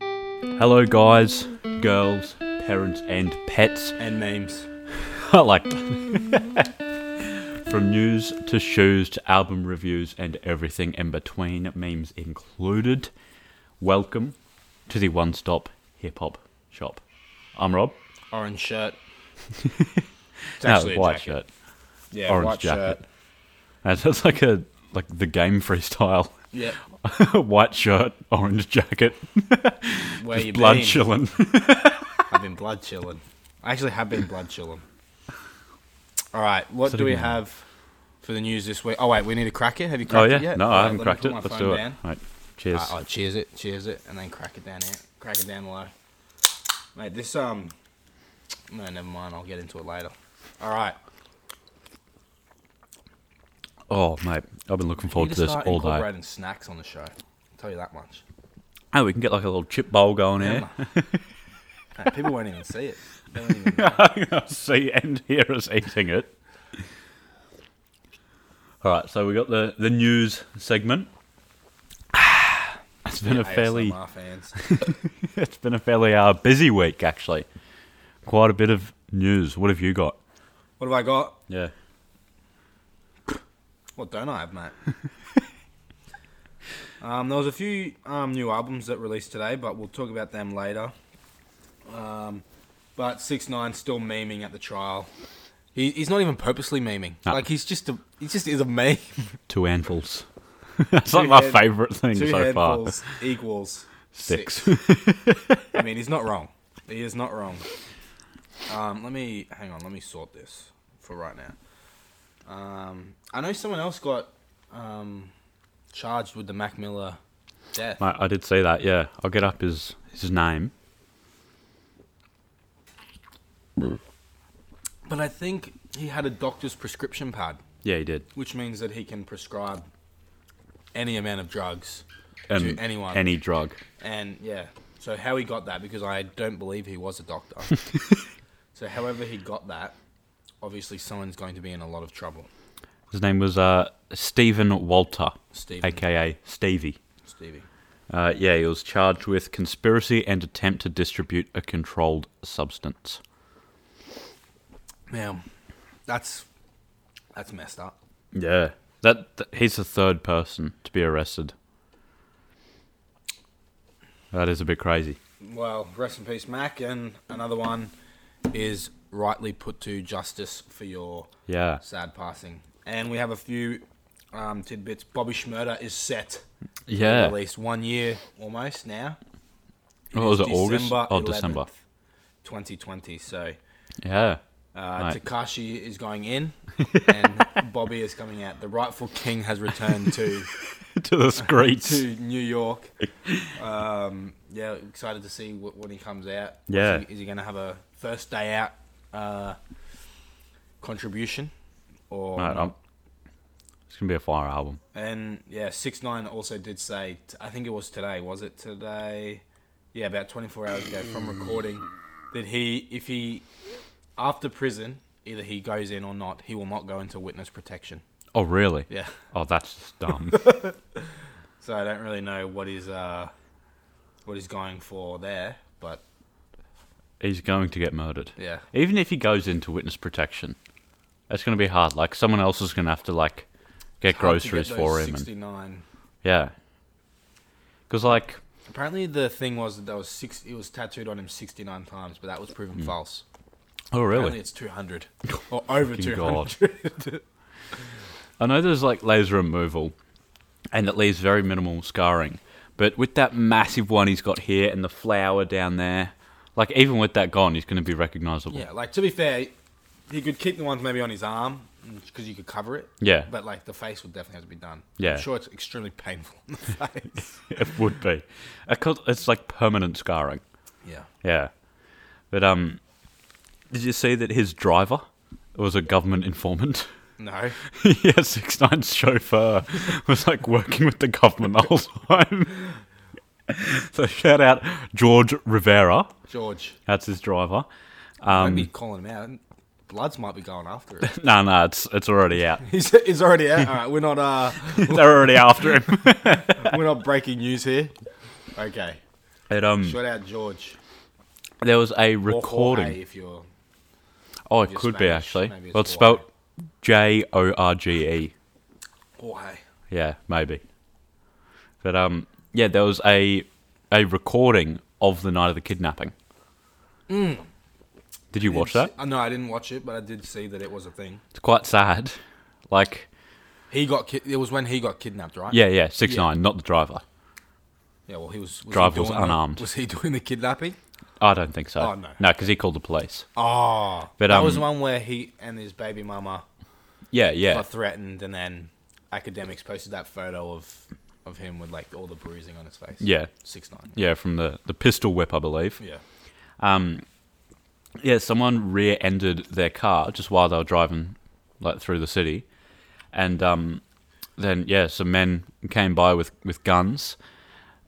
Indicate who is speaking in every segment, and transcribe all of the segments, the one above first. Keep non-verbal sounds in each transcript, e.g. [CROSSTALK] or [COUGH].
Speaker 1: Hello, guys, girls, parents, and pets. [LAUGHS]
Speaker 2: And memes.
Speaker 1: I like [LAUGHS] From news to shoes to album reviews and everything in between, memes included. Welcome to the one stop hip hop shop. I'm Rob.
Speaker 2: Orange shirt.
Speaker 1: [LAUGHS]
Speaker 2: it's
Speaker 1: No,
Speaker 2: actually a
Speaker 1: white
Speaker 2: jacket.
Speaker 1: shirt.
Speaker 2: Yeah,
Speaker 1: Orange
Speaker 2: white
Speaker 1: jacket.
Speaker 2: shirt.
Speaker 1: That sounds like a like the game freestyle. [LAUGHS]
Speaker 2: Yep.
Speaker 1: white shirt, orange jacket,
Speaker 2: Where you
Speaker 1: blood
Speaker 2: been?
Speaker 1: chilling.
Speaker 2: I've been blood chilling. I actually have been blood chilling. All right, what
Speaker 1: So
Speaker 2: do
Speaker 1: did
Speaker 2: we
Speaker 1: you.
Speaker 2: have for the news this week? Oh wait, we need to crack it. Have you
Speaker 1: oh
Speaker 2: cracked
Speaker 1: yeah,
Speaker 2: it yet?
Speaker 1: no,
Speaker 2: All right,
Speaker 1: I haven't
Speaker 2: let me
Speaker 1: cracked
Speaker 2: put
Speaker 1: it.
Speaker 2: my
Speaker 1: Let's
Speaker 2: phone
Speaker 1: do it.
Speaker 2: down.
Speaker 1: Right, cheers.
Speaker 2: Alright, I'll cheers it, cheers it, and then crack it down here. Crack it down low. Mate, this um No, never mind, I'll get into it later. Alright.
Speaker 1: Oh mate, I've been looking forward to this all day.
Speaker 2: incorporating snacks on the show. I'll tell you that much.
Speaker 1: Oh, we can get like a little chip bowl going here. [LAUGHS]
Speaker 2: Mate, Uh, people won't even see it. They won't even know.
Speaker 1: [LAUGHS] see and hear us eating it. All right, so we got the the news segment. It's been a fairly
Speaker 2: ASMR fans.
Speaker 1: [LAUGHS] it's been a fairly uh, busy week actually. Quite a bit of news. What have you got?
Speaker 2: What have I got?
Speaker 1: Yeah.
Speaker 2: What don't I
Speaker 1: [LAUGHS]
Speaker 2: have, mate? um, there was a few um, new albums that released today, but we'll talk about them later. Um, but Six Nine still memeing at the trial. He, he's not even purposely memeing.
Speaker 1: No.
Speaker 2: Like he's just a he just is a meme.
Speaker 1: Two handfuls. [LAUGHS] That's like
Speaker 2: Two
Speaker 1: my
Speaker 2: head-
Speaker 1: favourite thing
Speaker 2: Two
Speaker 1: so far.
Speaker 2: handfuls equals
Speaker 1: Six.
Speaker 2: six. I mean, he's not wrong. He is not wrong. Um, let me hang on. Let me sort this for right now. Um, I know someone else got um, charged with the Mac Miller
Speaker 1: [LAUGHS]
Speaker 2: death.
Speaker 1: Mate, I did say that. Yeah, I'll get up his his name.
Speaker 2: But I think he had a doctor's prescription pad,
Speaker 1: Yeah, he did.
Speaker 2: which means that he can prescribe any amount of drugs
Speaker 1: And
Speaker 2: to anyone.
Speaker 1: Any drug.
Speaker 2: and yeah, so how he got that because I don't believe he was a doctor. so however he got that, obviously someone's going to be in a lot of trouble.
Speaker 1: His name was uh, Stephen Walter,
Speaker 2: Stephen.
Speaker 1: aka Stevie.
Speaker 2: Stevie.
Speaker 1: Uh, yeah, he was charged with conspiracy and attempt to distribute a controlled substance.
Speaker 2: Man, that's that's messed up.
Speaker 1: Yeah, that, th- he's the third person to be arrested. That is a bit crazy.
Speaker 2: Well, rest in peace, Mac, and another one is rightly put to justice for your
Speaker 1: Yeah,
Speaker 2: sad passing. And we have a few um, tidbits. Bobby Schmurder is set
Speaker 1: yeah.
Speaker 2: at least one year almost now.
Speaker 1: What was it?
Speaker 2: It's
Speaker 1: August? Oh,
Speaker 2: 11th,
Speaker 1: December.
Speaker 2: 2020. So
Speaker 1: Yeah. [LAUGHS]
Speaker 2: uh,
Speaker 1: Mate.
Speaker 2: Takashi is
Speaker 1: [LAUGHS]
Speaker 2: going in, and Bobby is coming out. The rightful king has
Speaker 1: [LAUGHS]
Speaker 2: returned to
Speaker 1: to the streets. [LAUGHS]
Speaker 2: [LAUGHS] to New York. Um, yeah, excited to see what, when he comes out. Is
Speaker 1: Yeah.
Speaker 2: he- is he, going to have a first day out uh, contribution or?
Speaker 1: Mate, I'm, it's gonna be a fire album.
Speaker 2: And yeah, six nine also did say. t- I think it was today. Was it today? Yeah, about twenty four hours ago from recording that he, if he, after prison, either he goes in or not, he will not go into witness protection.
Speaker 1: Oh, really?
Speaker 2: Yeah. [LAUGHS]
Speaker 1: Oh, that's just dumb.
Speaker 2: So I don't really know what he's uh, what he's going for there, but
Speaker 1: He's going to get murdered.
Speaker 2: yeah.
Speaker 1: Even if he goes into witness protection, that's going to be hard. Like someone else is going to have to like get
Speaker 2: hard to
Speaker 1: groceries
Speaker 2: get
Speaker 1: for
Speaker 2: those
Speaker 1: him, and
Speaker 2: 69.
Speaker 1: yeah. Because like,
Speaker 2: Apparently, the thing was that there was six. It was tattooed on him sixty nine times, but that was proven false.
Speaker 1: oh
Speaker 2: Apparently,
Speaker 1: Mm. really?
Speaker 2: it's two
Speaker 1: [LAUGHS]
Speaker 2: hundred or over
Speaker 1: Fucking
Speaker 2: two
Speaker 1: God.
Speaker 2: hundred.
Speaker 1: I know there's like laser removal, and it leaves very minimal scarring. But with that massive one he's got here and the flower down there, like even with that gone, he's going to be recognizable.
Speaker 2: [LAUGHS] yeah, like to be fair, he could keep the ones maybe on his arm because you could cover it.
Speaker 1: Yeah.
Speaker 2: but like the face would definitely have to be done.
Speaker 1: Yeah.
Speaker 2: I'm sure it's extremely painful
Speaker 1: [LAUGHS]
Speaker 2: on the face.
Speaker 1: It would be. Of course, It's like permanent scarring.
Speaker 2: yeah,
Speaker 1: Yeah. But um did you see that his driver was a government informant? [LAUGHS]
Speaker 2: no,
Speaker 1: yeah, six nine's chauffeur was like working with the government the whole time. [LAUGHS] so shout out George Rivera.
Speaker 2: George,
Speaker 1: That's his driver. Um,
Speaker 2: don't be calling him out. Bloods might be going after it. [LAUGHS]
Speaker 1: No, no, it's it's already out. [LAUGHS]
Speaker 2: he's, he's already out. All right, we're not uh,
Speaker 1: They're already after him.
Speaker 2: we're not breaking news here. Okay.
Speaker 1: [LAUGHS] It um,
Speaker 2: Shout out George.
Speaker 1: there was a
Speaker 2: Or
Speaker 1: recording.
Speaker 2: Jorge, if you're
Speaker 1: Oh, it
Speaker 2: Maybe it's
Speaker 1: could be
Speaker 2: Spanish.
Speaker 1: actually.
Speaker 2: Maybe it's
Speaker 1: Well, it's
Speaker 2: Hawaii.
Speaker 1: spelled J O R G E.
Speaker 2: Jorge.
Speaker 1: Yeah, maybe. But um, yeah, there was a a recording of the night of the kidnapping.
Speaker 2: Hmm.
Speaker 1: Did you watch that?
Speaker 2: Uh, no, I didn't watch it, but I did see that it was a thing.
Speaker 1: It's quite sad. Like,
Speaker 2: He got ki- it was when he got kidnapped, right?
Speaker 1: yeah, yeah, six nine, not the driver.
Speaker 2: Yeah. Well, he was. was he
Speaker 1: Driver was
Speaker 2: doing the-
Speaker 1: unarmed.
Speaker 2: was he doing the kidnapping?
Speaker 1: I don't think so.
Speaker 2: Oh, no.
Speaker 1: no, because he called the police.
Speaker 2: Oh,
Speaker 1: But,
Speaker 2: that was
Speaker 1: um,
Speaker 2: the one where he and his baby mama
Speaker 1: Yeah, yeah,
Speaker 2: got threatened, and then academics posted that photo of of him with like all the bruising on his face.
Speaker 1: yeah,
Speaker 2: six nine.
Speaker 1: yeah. From the the pistol whip, I believe.
Speaker 2: Yeah,
Speaker 1: Yeah, someone rear-ended their car just while they were driving, like through the city, and um, then yeah, some men came by with with guns,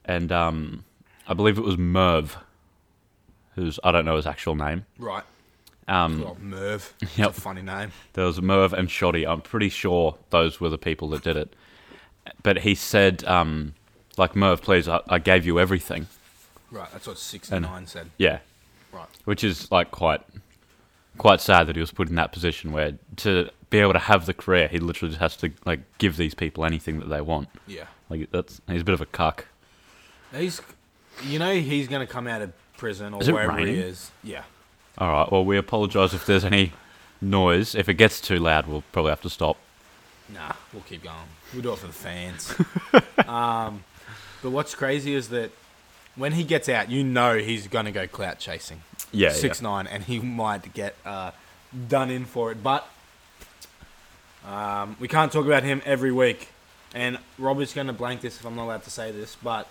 Speaker 1: and um, I believe it was Merv, who's I don't know his actual name.
Speaker 2: right. Um, Merv. It's
Speaker 1: [LAUGHS] yep.
Speaker 2: a funny name.
Speaker 1: There was Merv and Shoddy. I'm pretty sure those were the people that did it, but he said, um, like Merv, please, I, I gave you everything.
Speaker 2: Right, that's what six and nine said.
Speaker 1: Yeah,
Speaker 2: Right.
Speaker 1: which is like quite quite sad that he was put in that position where to be able to have the career he literally just has to like give these people anything that they want
Speaker 2: Yeah.
Speaker 1: like that's he's a bit of a cuck
Speaker 2: He's, you know, he's gonna come out of prison or
Speaker 1: Is it
Speaker 2: wherever he
Speaker 1: raining?
Speaker 2: is. Yeah.
Speaker 1: all right well we apologize if there's any noise if it gets too loud we'll probably have to stop
Speaker 2: Nah, we'll keep going. We'll do it for
Speaker 1: [LAUGHS]
Speaker 2: the fans. um, but what's crazy is that when he gets out, you know he's gonna go clout chasing.
Speaker 1: yeah
Speaker 2: six nine, and he might get uh, done in for it. But um, we can't talk about him every week. And Robert's going to blank this if I'm not allowed to say this, but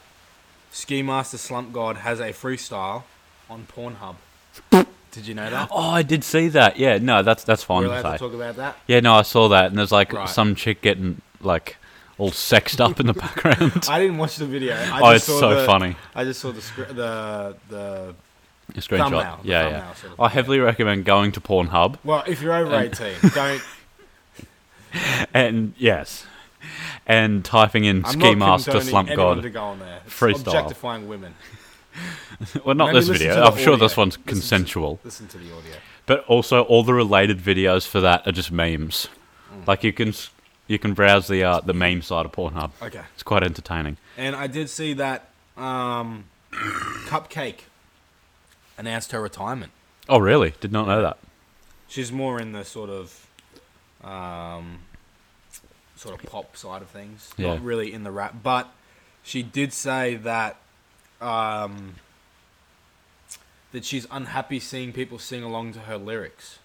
Speaker 2: Ski Master Slump God has a freestyle on Pornhub.
Speaker 1: [LAUGHS]
Speaker 2: Did you know that?
Speaker 1: oh i did see that yeah no that's that's fine
Speaker 2: We're
Speaker 1: to
Speaker 2: allowed to
Speaker 1: say.
Speaker 2: talk about that.
Speaker 1: yeah no i saw that and there's like
Speaker 2: Right.
Speaker 1: some chick getting like all sexed up in the [LAUGHS] background
Speaker 2: I didn't watch the video. [LAUGHS] I
Speaker 1: oh
Speaker 2: just
Speaker 1: it's
Speaker 2: saw
Speaker 1: so
Speaker 2: the-
Speaker 1: funny
Speaker 2: I just saw the scr- the the
Speaker 1: a screenshot
Speaker 2: thumbnail, the
Speaker 1: yeah
Speaker 2: thumbnail
Speaker 1: yeah
Speaker 2: sort of-
Speaker 1: i heavily recommend going to pornhub
Speaker 2: well. If you're over eighteen,
Speaker 1: [LAUGHS]
Speaker 2: don't.
Speaker 1: and yes, and typing in
Speaker 2: I'm
Speaker 1: ski
Speaker 2: not
Speaker 1: master
Speaker 2: condoning
Speaker 1: slump
Speaker 2: anyone
Speaker 1: god.
Speaker 2: to go on there. It's
Speaker 1: Freestyle.
Speaker 2: objectifying women.
Speaker 1: [LAUGHS] well, not
Speaker 2: Maybe
Speaker 1: this
Speaker 2: listen
Speaker 1: video.
Speaker 2: to
Speaker 1: I'm
Speaker 2: the
Speaker 1: sure this
Speaker 2: audio.
Speaker 1: one's
Speaker 2: Listen to-
Speaker 1: consensual,
Speaker 2: Listen to the audio.
Speaker 1: but also all the related videos for that are just memes.
Speaker 2: Mm.
Speaker 1: Like you can s- you can browse the uh, the meme side of Pornhub.
Speaker 2: Okay.
Speaker 1: It's quite entertaining.
Speaker 2: And I did see that um, Cupcake announced her retirement.
Speaker 1: Oh really? Did not know that.
Speaker 2: She's more in the sort of um, sort of pop side of things,
Speaker 1: Yeah.
Speaker 2: not really in the rap. But she did say that um, that she's unhappy seeing people sing along to her lyrics.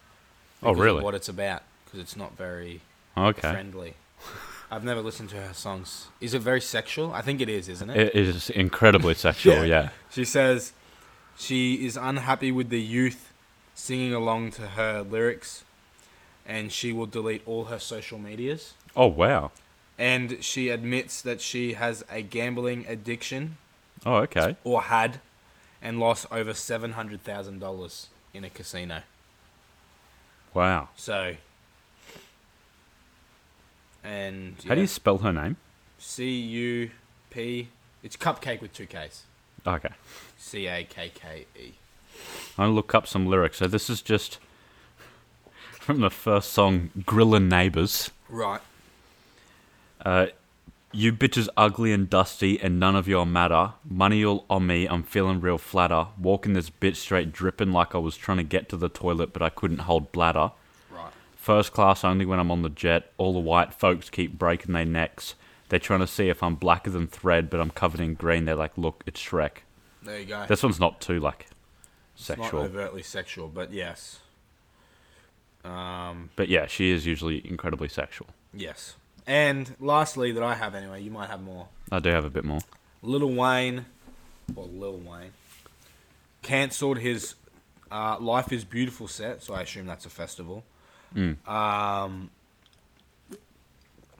Speaker 1: Oh,
Speaker 2: because of
Speaker 1: really?
Speaker 2: What it's about because it's not very
Speaker 1: Okay.
Speaker 2: friendly. I've never listened to her songs. Is it very sexual? I think it is, isn't it?
Speaker 1: It is
Speaker 2: [LAUGHS]
Speaker 1: incredibly sexual.
Speaker 2: Yeah.
Speaker 1: yeah.
Speaker 2: She says she is unhappy with the youth singing along to her lyrics and she will delete all her social medias.
Speaker 1: Oh wow.
Speaker 2: And she admits that she has a gambling addiction
Speaker 1: Oh okay.
Speaker 2: or had and lost over $700,000 in a casino.
Speaker 1: Wow.
Speaker 2: So. And.
Speaker 1: How do you spell her name?
Speaker 2: C U P. It's cupcake with two Ks.
Speaker 1: Okay.
Speaker 2: C A K K E.
Speaker 1: I look up some lyrics. So this is just from the first song, Grillin' Neighbors.
Speaker 2: Right.
Speaker 1: You bitches ugly and dusty and none of your matter. Money all on me, I'm feeling real flatter. Walking this bitch straight dripping like I was trying to get to the toilet but I couldn't hold bladder.
Speaker 2: Right.
Speaker 1: First class only when I'm on the jet. All the white folks keep breaking their necks. They're trying to see if I'm blacker than thread but I'm covered in green. They're like, look, it's Shrek.
Speaker 2: There you go.
Speaker 1: This one's not too like
Speaker 2: It's
Speaker 1: sexual.
Speaker 2: not overtly sexual, but yes, Um,
Speaker 1: But yeah, she is usually incredibly sexual.
Speaker 2: yes. And lastly, that I have anyway, you might have more.
Speaker 1: I do have a bit more.
Speaker 2: Little Wayne, or Lil Wayne, cancelled his uh, "Life Is Beautiful" set, so I assume that's a festival.
Speaker 1: Mm.
Speaker 2: Um,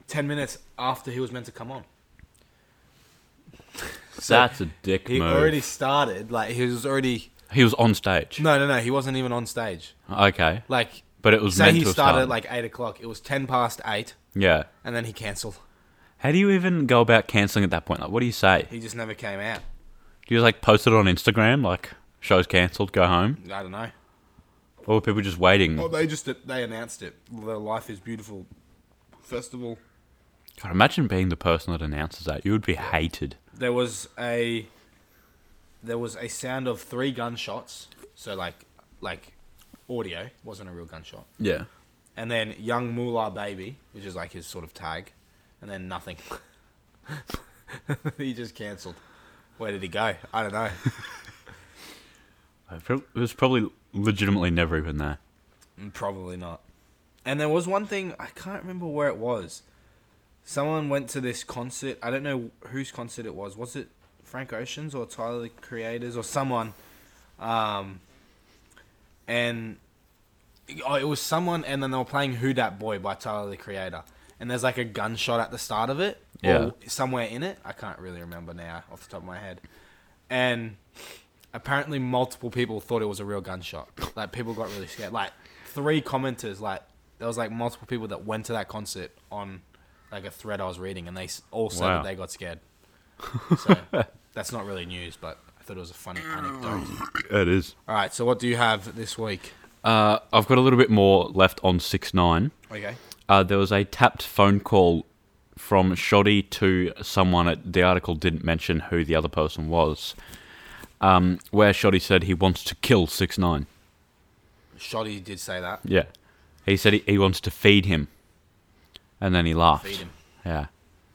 Speaker 2: ten minutes after he was meant to come on, So
Speaker 1: That's a dick
Speaker 2: he
Speaker 1: move.
Speaker 2: already started. Like he was already
Speaker 1: He was on stage.
Speaker 2: no, no, no. He wasn't even on stage.
Speaker 1: Okay.
Speaker 2: Like
Speaker 1: But it was
Speaker 2: say
Speaker 1: meant
Speaker 2: he
Speaker 1: to have
Speaker 2: started at
Speaker 1: started.
Speaker 2: like eight o'clock. It was ten past eight,
Speaker 1: Yeah.
Speaker 2: and then he cancelled.
Speaker 1: How do you even go about cancelling at that point? Like, what do you say?
Speaker 2: He just never came out.
Speaker 1: Do you like post it on Instagram? Like show's cancelled, go home,
Speaker 2: I don't know.
Speaker 1: or were people just waiting?
Speaker 2: Well, they just they announced it. The Life is Beautiful festival.
Speaker 1: God, imagine being the person that announces that. You would be hated.
Speaker 2: There was a there was a sound of three gunshots. So like like audio wasn't a real gunshot.
Speaker 1: Yeah.
Speaker 2: And then Young Moolah Baby, which is like his sort of tag, and then nothing. [LAUGHS] he just cancelled. Where did he go? I don't know.
Speaker 1: It prob- it was probably legitimately never even there.
Speaker 2: Mm, Probably not. And there was one thing I can't remember where it was. Someone went to this concert. I don't know whose concert it was. Was it Frank Ocean's or Tyler the Creators or someone? Um, and oh, it was someone, and then they were playing "Who Dat Boy" by Tyler the Creator. And there's like a gunshot at the start of it,
Speaker 1: Yeah.
Speaker 2: or somewhere in it. I can't really remember now off the top of my head. And apparently multiple people thought it was a real gunshot. Like people got really scared. Like three commenters, like there was like multiple people that went to that concert on like a thread I was reading, and they s- all said
Speaker 1: Wow.
Speaker 2: that they
Speaker 1: [LAUGHS]
Speaker 2: got scared. So that's not really news, but I thought it was a funny anecdote.
Speaker 1: It is.
Speaker 2: All right, so what do you have this week?
Speaker 1: Uh, I've got a little bit more left on six nine.
Speaker 2: Okay.
Speaker 1: Uh, there was a tapped phone call from Shoddy to someone. The article didn't mention who the other person was, um, where Shoddy said he wants to kill six nine.
Speaker 2: Shoddy did say that.
Speaker 1: Yeah, he said he, he wants to feed him, and then he laughed.
Speaker 2: Feed him.
Speaker 1: Yeah,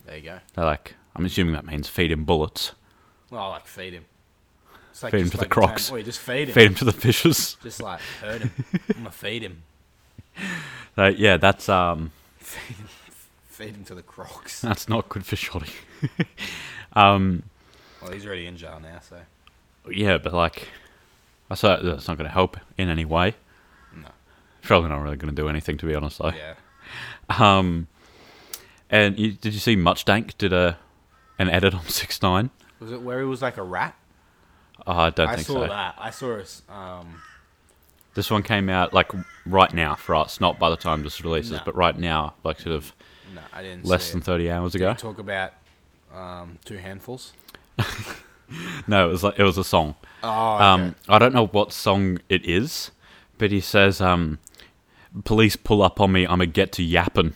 Speaker 2: There you go.
Speaker 1: they're like, I'm assuming that means feed him bullets,
Speaker 2: Well, like feed him. It's like
Speaker 1: Feed him
Speaker 2: just
Speaker 1: to the
Speaker 2: like Tam-
Speaker 1: crocs.
Speaker 2: Oh, you just feed him.
Speaker 1: feed him to the fishes. [LAUGHS]
Speaker 2: Just like hurt him. I'm gonna feed him.
Speaker 1: So, yeah, that's um, [LAUGHS]
Speaker 2: Feed him. Feed him to the crocs.
Speaker 1: that's not good for Shoddy.
Speaker 2: Well, he's already in jail now, so
Speaker 1: Yeah, but like, I said that's not going to help in any way.
Speaker 2: no.
Speaker 1: Probably not really going to do anything, to be honest. Though.
Speaker 2: Yeah.
Speaker 1: Um, and you, did you see Much Dank did a an edit on [LAUGHS] Six Nine?
Speaker 2: Was it where he was like a rat?
Speaker 1: Oh, I don't
Speaker 2: I,
Speaker 1: think
Speaker 2: saw
Speaker 1: so.
Speaker 2: that. I saw us. Um,
Speaker 1: This one came out like right now for us, not by the time this releases,
Speaker 2: No.
Speaker 1: but right now, like sort of
Speaker 2: no, I didn't.
Speaker 1: less
Speaker 2: see
Speaker 1: than
Speaker 2: it.
Speaker 1: thirty hours
Speaker 2: Did
Speaker 1: ago.
Speaker 2: he talk about um, two handfuls.
Speaker 1: No, it was like it was a song.
Speaker 2: Oh,
Speaker 1: Um,
Speaker 2: okay.
Speaker 1: I don't know what song it is, but he says, um, "Police pull up on me, I'ma get to yappin',"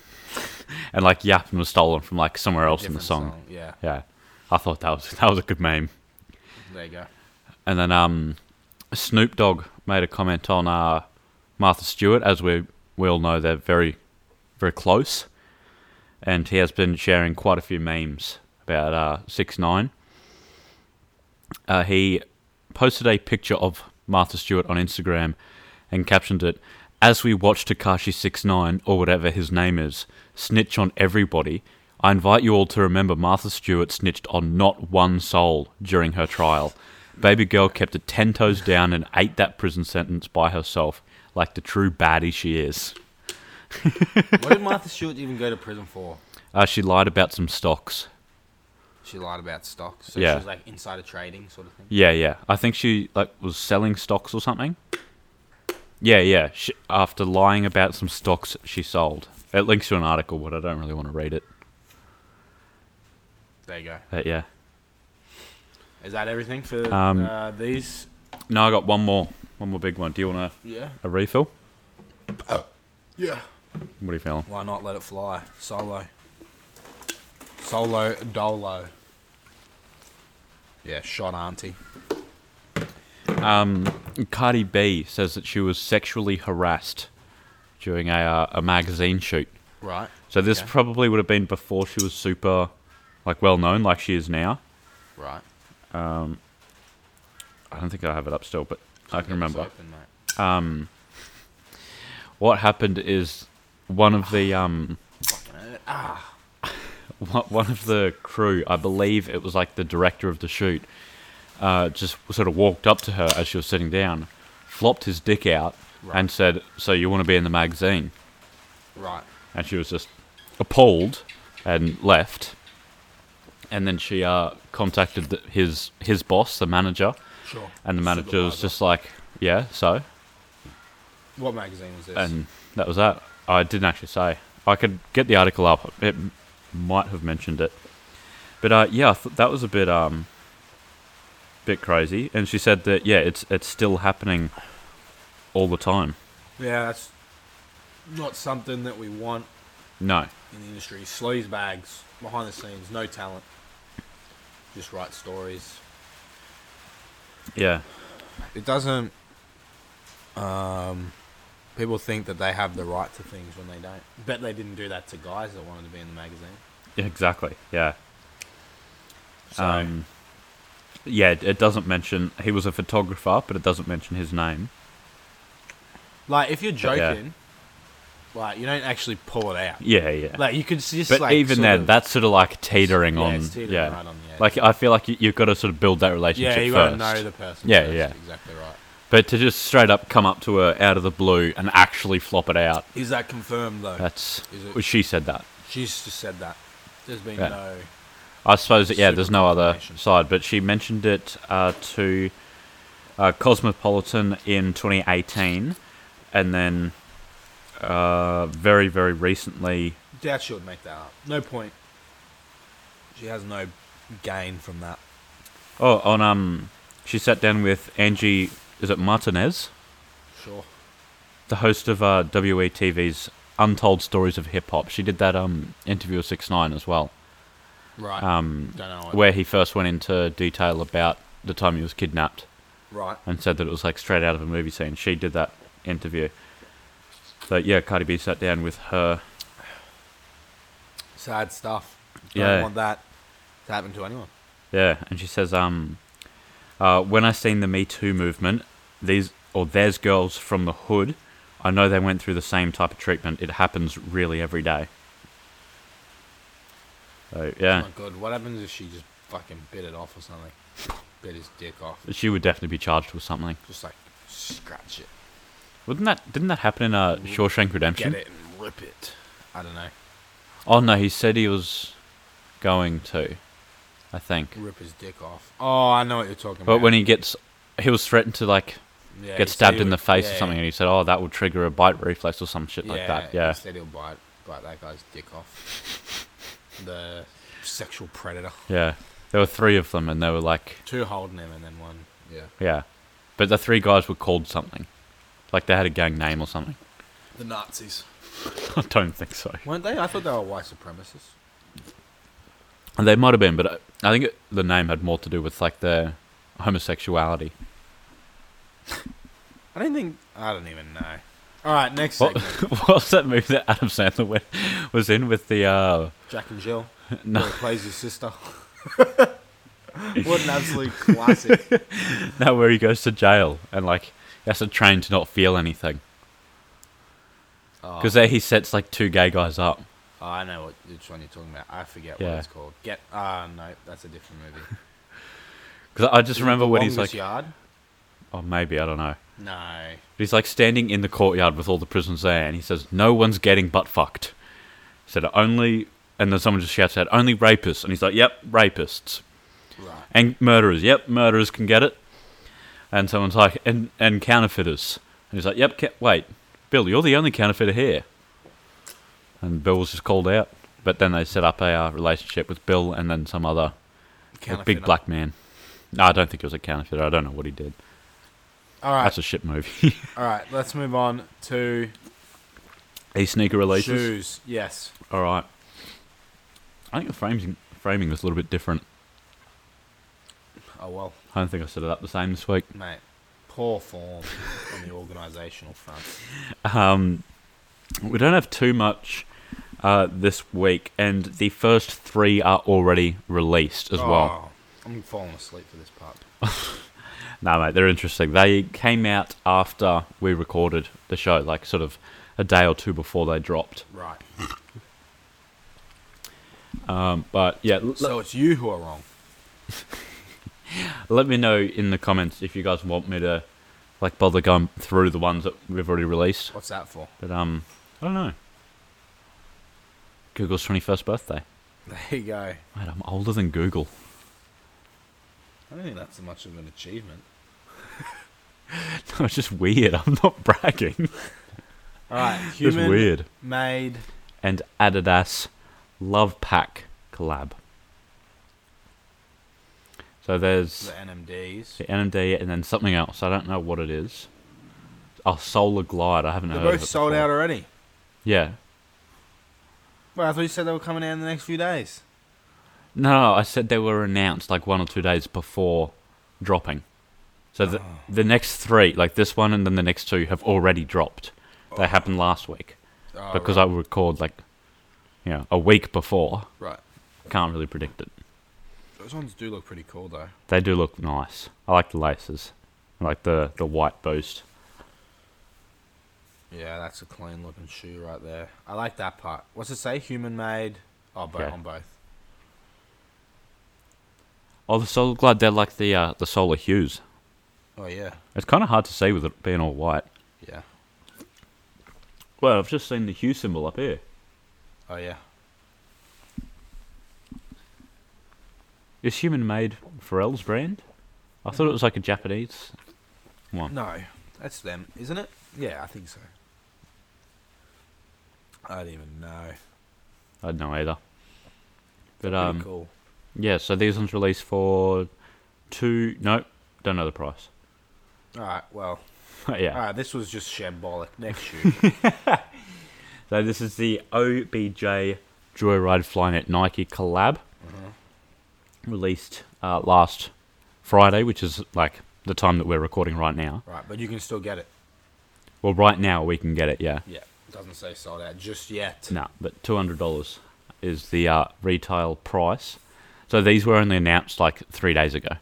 Speaker 1: [LAUGHS] and like yappin' was stolen from like somewhere else in the
Speaker 2: Different
Speaker 1: song.
Speaker 2: Yeah,
Speaker 1: Yeah, I thought that was [LAUGHS] that was a good meme.
Speaker 2: there you go.
Speaker 1: And then um, Snoop Dogg made a comment on uh, Martha Stewart, as we we all know they're very, very close, and he has been sharing quite a few memes about uh, six nine. Uh, he posted a picture of Martha Stewart on Instagram, and captioned it. As we watch Takashi six nine or whatever his name is snitch on everybody, I invite you all to remember Martha Stewart snitched on not one soul during her trial. Baby girl kept it ten toes down and ate that prison sentence by herself, like the true baddie she is.
Speaker 2: What did Martha Stewart even go to prison for?
Speaker 1: Uh, she lied about some stocks.
Speaker 2: She lied about stocks. So
Speaker 1: Yeah.
Speaker 2: she was like insider trading sort of thing.
Speaker 1: Yeah, yeah. I think she like was selling stocks or something. Yeah, yeah. She, after lying about some stocks she sold, it links to an article, but I don't really want to read it.
Speaker 2: There you go.
Speaker 1: But yeah.
Speaker 2: Is that everything for
Speaker 1: Um,
Speaker 2: uh, these?
Speaker 1: No, I got one more, one more big one. Do you want
Speaker 2: Yeah.
Speaker 1: a, a refill?
Speaker 2: Yeah.
Speaker 1: What are you feeling?
Speaker 2: Why not let it fly? Solo. Solo dolo. Yeah, shot auntie.
Speaker 1: Cardi B says that she was sexually harassed during a uh, a magazine shoot.
Speaker 2: Right.
Speaker 1: So this
Speaker 2: Okay.
Speaker 1: probably would have been before she was super, like well known, like she is now.
Speaker 2: Right.
Speaker 1: I don't think I have it up still, but I can
Speaker 2: It's
Speaker 1: remember.
Speaker 2: open, mate.
Speaker 1: What happened is one of the um, [LAUGHS] one one of the crew, I believe it was like the director of the shoot, uh, just sort of walked up to her as she was sitting down, flopped his dick out, and
Speaker 2: Right.
Speaker 1: said, "So you want to be in the magazine?"
Speaker 2: Right.
Speaker 1: and she was just appalled and left. And then she uh, contacted the, his his boss, the manager,
Speaker 2: Sure.
Speaker 1: and the manager was just like, "Yeah, so,"
Speaker 2: What magazine was this?
Speaker 1: and that was that. I didn't actually say. I could get the article up. It m- might have mentioned it, but uh, yeah, I thought that was a bit um, bit crazy. And she said that yeah, it's it's still happening all the time.
Speaker 2: Yeah, that's not something that we want
Speaker 1: No,
Speaker 2: in the industry. Sleaze bags, behind the scenes, no talent. Just write stories.
Speaker 1: yeah,
Speaker 2: It doesn't. Um, people think that they have the right to things when they don't. Bet they didn't do that to guys that wanted to be in the magazine.
Speaker 1: yeah, exactly, yeah.
Speaker 2: So,
Speaker 1: Um, yeah, it- it doesn't mention he was a photographer, but it doesn't mention his name.
Speaker 2: like, if you're
Speaker 1: but yeah.
Speaker 2: joking, like, you don't actually pull it out.
Speaker 1: Yeah, yeah.
Speaker 2: Like, you could just
Speaker 1: but
Speaker 2: like,
Speaker 1: even
Speaker 2: sort
Speaker 1: then,
Speaker 2: of-
Speaker 1: that's sort of like teetering
Speaker 2: yeah,
Speaker 1: on.
Speaker 2: it's teetering
Speaker 1: yeah,
Speaker 2: right on the edge.
Speaker 1: like I feel like you, you've got to sort of build that relationship
Speaker 2: yeah, you
Speaker 1: first.
Speaker 2: gotta know the person.
Speaker 1: Yeah,
Speaker 2: first,
Speaker 1: yeah.
Speaker 2: exactly right.
Speaker 1: But to just straight up come up to her out of the blue and actually flop it out,
Speaker 2: Is that confirmed though?
Speaker 1: that's
Speaker 2: Is it-
Speaker 1: well, she said that.
Speaker 2: She's just said that. There's been
Speaker 1: Yeah.
Speaker 2: no.
Speaker 1: I suppose that yeah,
Speaker 2: Super
Speaker 1: there's no other
Speaker 2: confirmation.
Speaker 1: side, but she mentioned it uh, to uh, Cosmopolitan in 2018, and then uh, very very recently,
Speaker 2: Doubt she would make that up. No point. She has no gain from that.
Speaker 1: oh on um, she sat down with Angie, is it Martinez,
Speaker 2: Sure.
Speaker 1: the host of uh, WETV's Untold Stories of Hip Hop. She did that um interview with Six Nine as well.
Speaker 2: Right.
Speaker 1: Um,
Speaker 2: Don't know. What,
Speaker 1: where he first went into detail about the time he was kidnapped
Speaker 2: right.
Speaker 1: and said that it was like straight out of a movie scene. She did that interview. So yeah, Cardi B sat down with her.
Speaker 2: Sad stuff. Don't
Speaker 1: Yeah.
Speaker 2: want that to happen to anyone.
Speaker 1: Yeah, and she says, um, uh, when I seen the Me Too movement, these or there's girls from the hood. I know they went through the same type of treatment. It happens really every day. So yeah,
Speaker 2: Oh my god. What happens if she just fucking bit it off or something? Bit his dick off.
Speaker 1: she would definitely be charged with something.
Speaker 2: Just like scratch it.
Speaker 1: Wouldn't that? Didn't that happen in uh, Shawshank Redemption?
Speaker 2: Get it and rip it. I don't know.
Speaker 1: Oh no, he said he was going to, I think.
Speaker 2: Rip his dick off. Oh, I know what you're talking about.
Speaker 1: But when he gets, he was threatened to like
Speaker 2: yeah, he
Speaker 1: get
Speaker 2: said
Speaker 1: stabbed
Speaker 2: he
Speaker 1: in the
Speaker 2: would-
Speaker 1: face
Speaker 2: yeah,
Speaker 1: or something, and he said, "Oh, that will trigger a bite reflex or some shit like that." Yeah,
Speaker 2: He said he'll bite, bite that guy's dick off.
Speaker 1: [LAUGHS]
Speaker 2: the sexual predator.
Speaker 1: yeah. There were three of them, and they were like,
Speaker 2: Two holding him and then one. Yeah.
Speaker 1: yeah, but the three guys were called something, like they had a gang name or something.
Speaker 2: The Nazis.
Speaker 1: [LAUGHS] I don't think so.
Speaker 2: Weren't they? I thought they were white supremacists.
Speaker 1: And they might have been, but I- I think it, the name had more to do with like their homosexuality. [LAUGHS]
Speaker 2: I don't think. I don't even know. All right, next
Speaker 1: What,
Speaker 2: segment.
Speaker 1: what was that movie that Adam Sandler went, was in with the uh,
Speaker 2: Jack
Speaker 1: [LAUGHS]
Speaker 2: and Jill.
Speaker 1: No.
Speaker 2: where he plays
Speaker 1: [LAUGHS]
Speaker 2: his sister. what an absolute
Speaker 1: [LAUGHS]
Speaker 2: classic.
Speaker 1: No, where he goes to jail and like he has to train to not feel anything.
Speaker 2: Oh,
Speaker 1: Because there he sets like two gay guys up.
Speaker 2: oh, I know what, which one you're talking about. I forget
Speaker 1: Yeah.
Speaker 2: what it's called. Get. Ah, no, that's a different movie.
Speaker 1: Because I just
Speaker 2: Is it
Speaker 1: remember
Speaker 2: The
Speaker 1: when he's like,
Speaker 2: Longest Yard?
Speaker 1: oh maybe I don't know.
Speaker 2: No.
Speaker 1: He's like standing in the courtyard with all the prisoners there, and he says, "No one's getting butt fucked." He said only, and then someone just shouts out, "Only rapists," and he's like, "Yep, rapists
Speaker 2: Right.
Speaker 1: and murderers. Yep, murderers can get it." And someone's like, "And and counterfeiters," and he's like, "Yep, ca- wait, Bill, you're the only counterfeiter here." And Bill was just called out, but then they set up a uh, relationship with Bill and then some other a big
Speaker 2: Counterfeiter.
Speaker 1: black man. No, I don't think it was a counterfeiter. I don't know what he did.
Speaker 2: All right.
Speaker 1: That's a shit movie. [LAUGHS]
Speaker 2: All right, let's move on to
Speaker 1: These sneaker releases.
Speaker 2: shoes. Yes.
Speaker 1: All right. I think the framing framing was a little bit different.
Speaker 2: Oh well,
Speaker 1: I don't think I set it up the same this week.
Speaker 2: mate. Poor form on the organisational front.
Speaker 1: Um, we don't have too much uh, this week, and the first three are already released as well.
Speaker 2: Oh, I'm falling asleep for this part.
Speaker 1: No, mate, they're interesting. They came out after we recorded the show, like sort of a day or two before they dropped.
Speaker 2: Right.
Speaker 1: Um, but yeah, l-
Speaker 2: So it's you who are wrong.
Speaker 1: let me know in the comments if you guys want me to like bother going through the ones that we've already released.
Speaker 2: What's that for?
Speaker 1: But um, I don't know. Google's twenty-first birthday.
Speaker 2: There you go. I
Speaker 1: Mate, I'm older than Google. [LAUGHS]
Speaker 2: don't think that's much of an achievement.
Speaker 1: No, it's just weird. I'm not bragging. [LAUGHS]
Speaker 2: All right,
Speaker 1: It's
Speaker 2: human
Speaker 1: weird.
Speaker 2: made.
Speaker 1: And Adidas Love Pack collab. So there's
Speaker 2: The NMDs.
Speaker 1: the NMD and then something else. I don't know what it is. Oh, Solar Glide. I haven't
Speaker 2: They're
Speaker 1: heard of
Speaker 2: both
Speaker 1: it
Speaker 2: sold
Speaker 1: before.
Speaker 2: out already.
Speaker 1: Yeah.
Speaker 2: Well, I thought you said they were coming out in the next few days.
Speaker 1: No, no, I said they were announced like one or two days before dropping. So the,
Speaker 2: Oh.
Speaker 1: the next three, like this one and then the next two, have already dropped. They happened last week
Speaker 2: Oh,
Speaker 1: because I record like, you know, a week before.
Speaker 2: right. right.
Speaker 1: Can't really predict it.
Speaker 2: Those ones do look pretty cool though.
Speaker 1: They do look nice. I like the laces, I like the the white boost.
Speaker 2: Yeah, that's a clean looking shoe right there. I like that part. What's it say? Human made. Oh, both
Speaker 1: Yeah.
Speaker 2: on both.
Speaker 1: Oh, the Solar Glide. They're like the uh, the Solar Hues.
Speaker 2: Oh yeah,
Speaker 1: It's kind of hard to see with it being all white.
Speaker 2: yeah.
Speaker 1: Well, I've just seen the hue symbol up here.
Speaker 2: Oh yeah.
Speaker 1: Is human made Pharrell's brand? I thought it was like a Japanese one.
Speaker 2: No, that's them, isn't it? Yeah, I think so. I don't even know.
Speaker 1: I don't know either. But
Speaker 2: Pretty
Speaker 1: um,
Speaker 2: cool.
Speaker 1: yeah. So these ones released for two. No, don't know the price. [LAUGHS]
Speaker 2: All right. Well, all
Speaker 1: yeah.
Speaker 2: right. This was just shambolic.
Speaker 1: [LAUGHS]
Speaker 2: Next shoe.
Speaker 1: So this is the OBJ Joyride Flynet Nike collab, released uh, last Friday, which is like the time that we're recording right now.
Speaker 2: right, but you can still get it.
Speaker 1: Well, right now we can get it. Yeah.
Speaker 2: Yeah. It doesn't say sold out just yet.
Speaker 1: No, but two hundred dollars is the uh, retail price. So these were only announced like three days ago,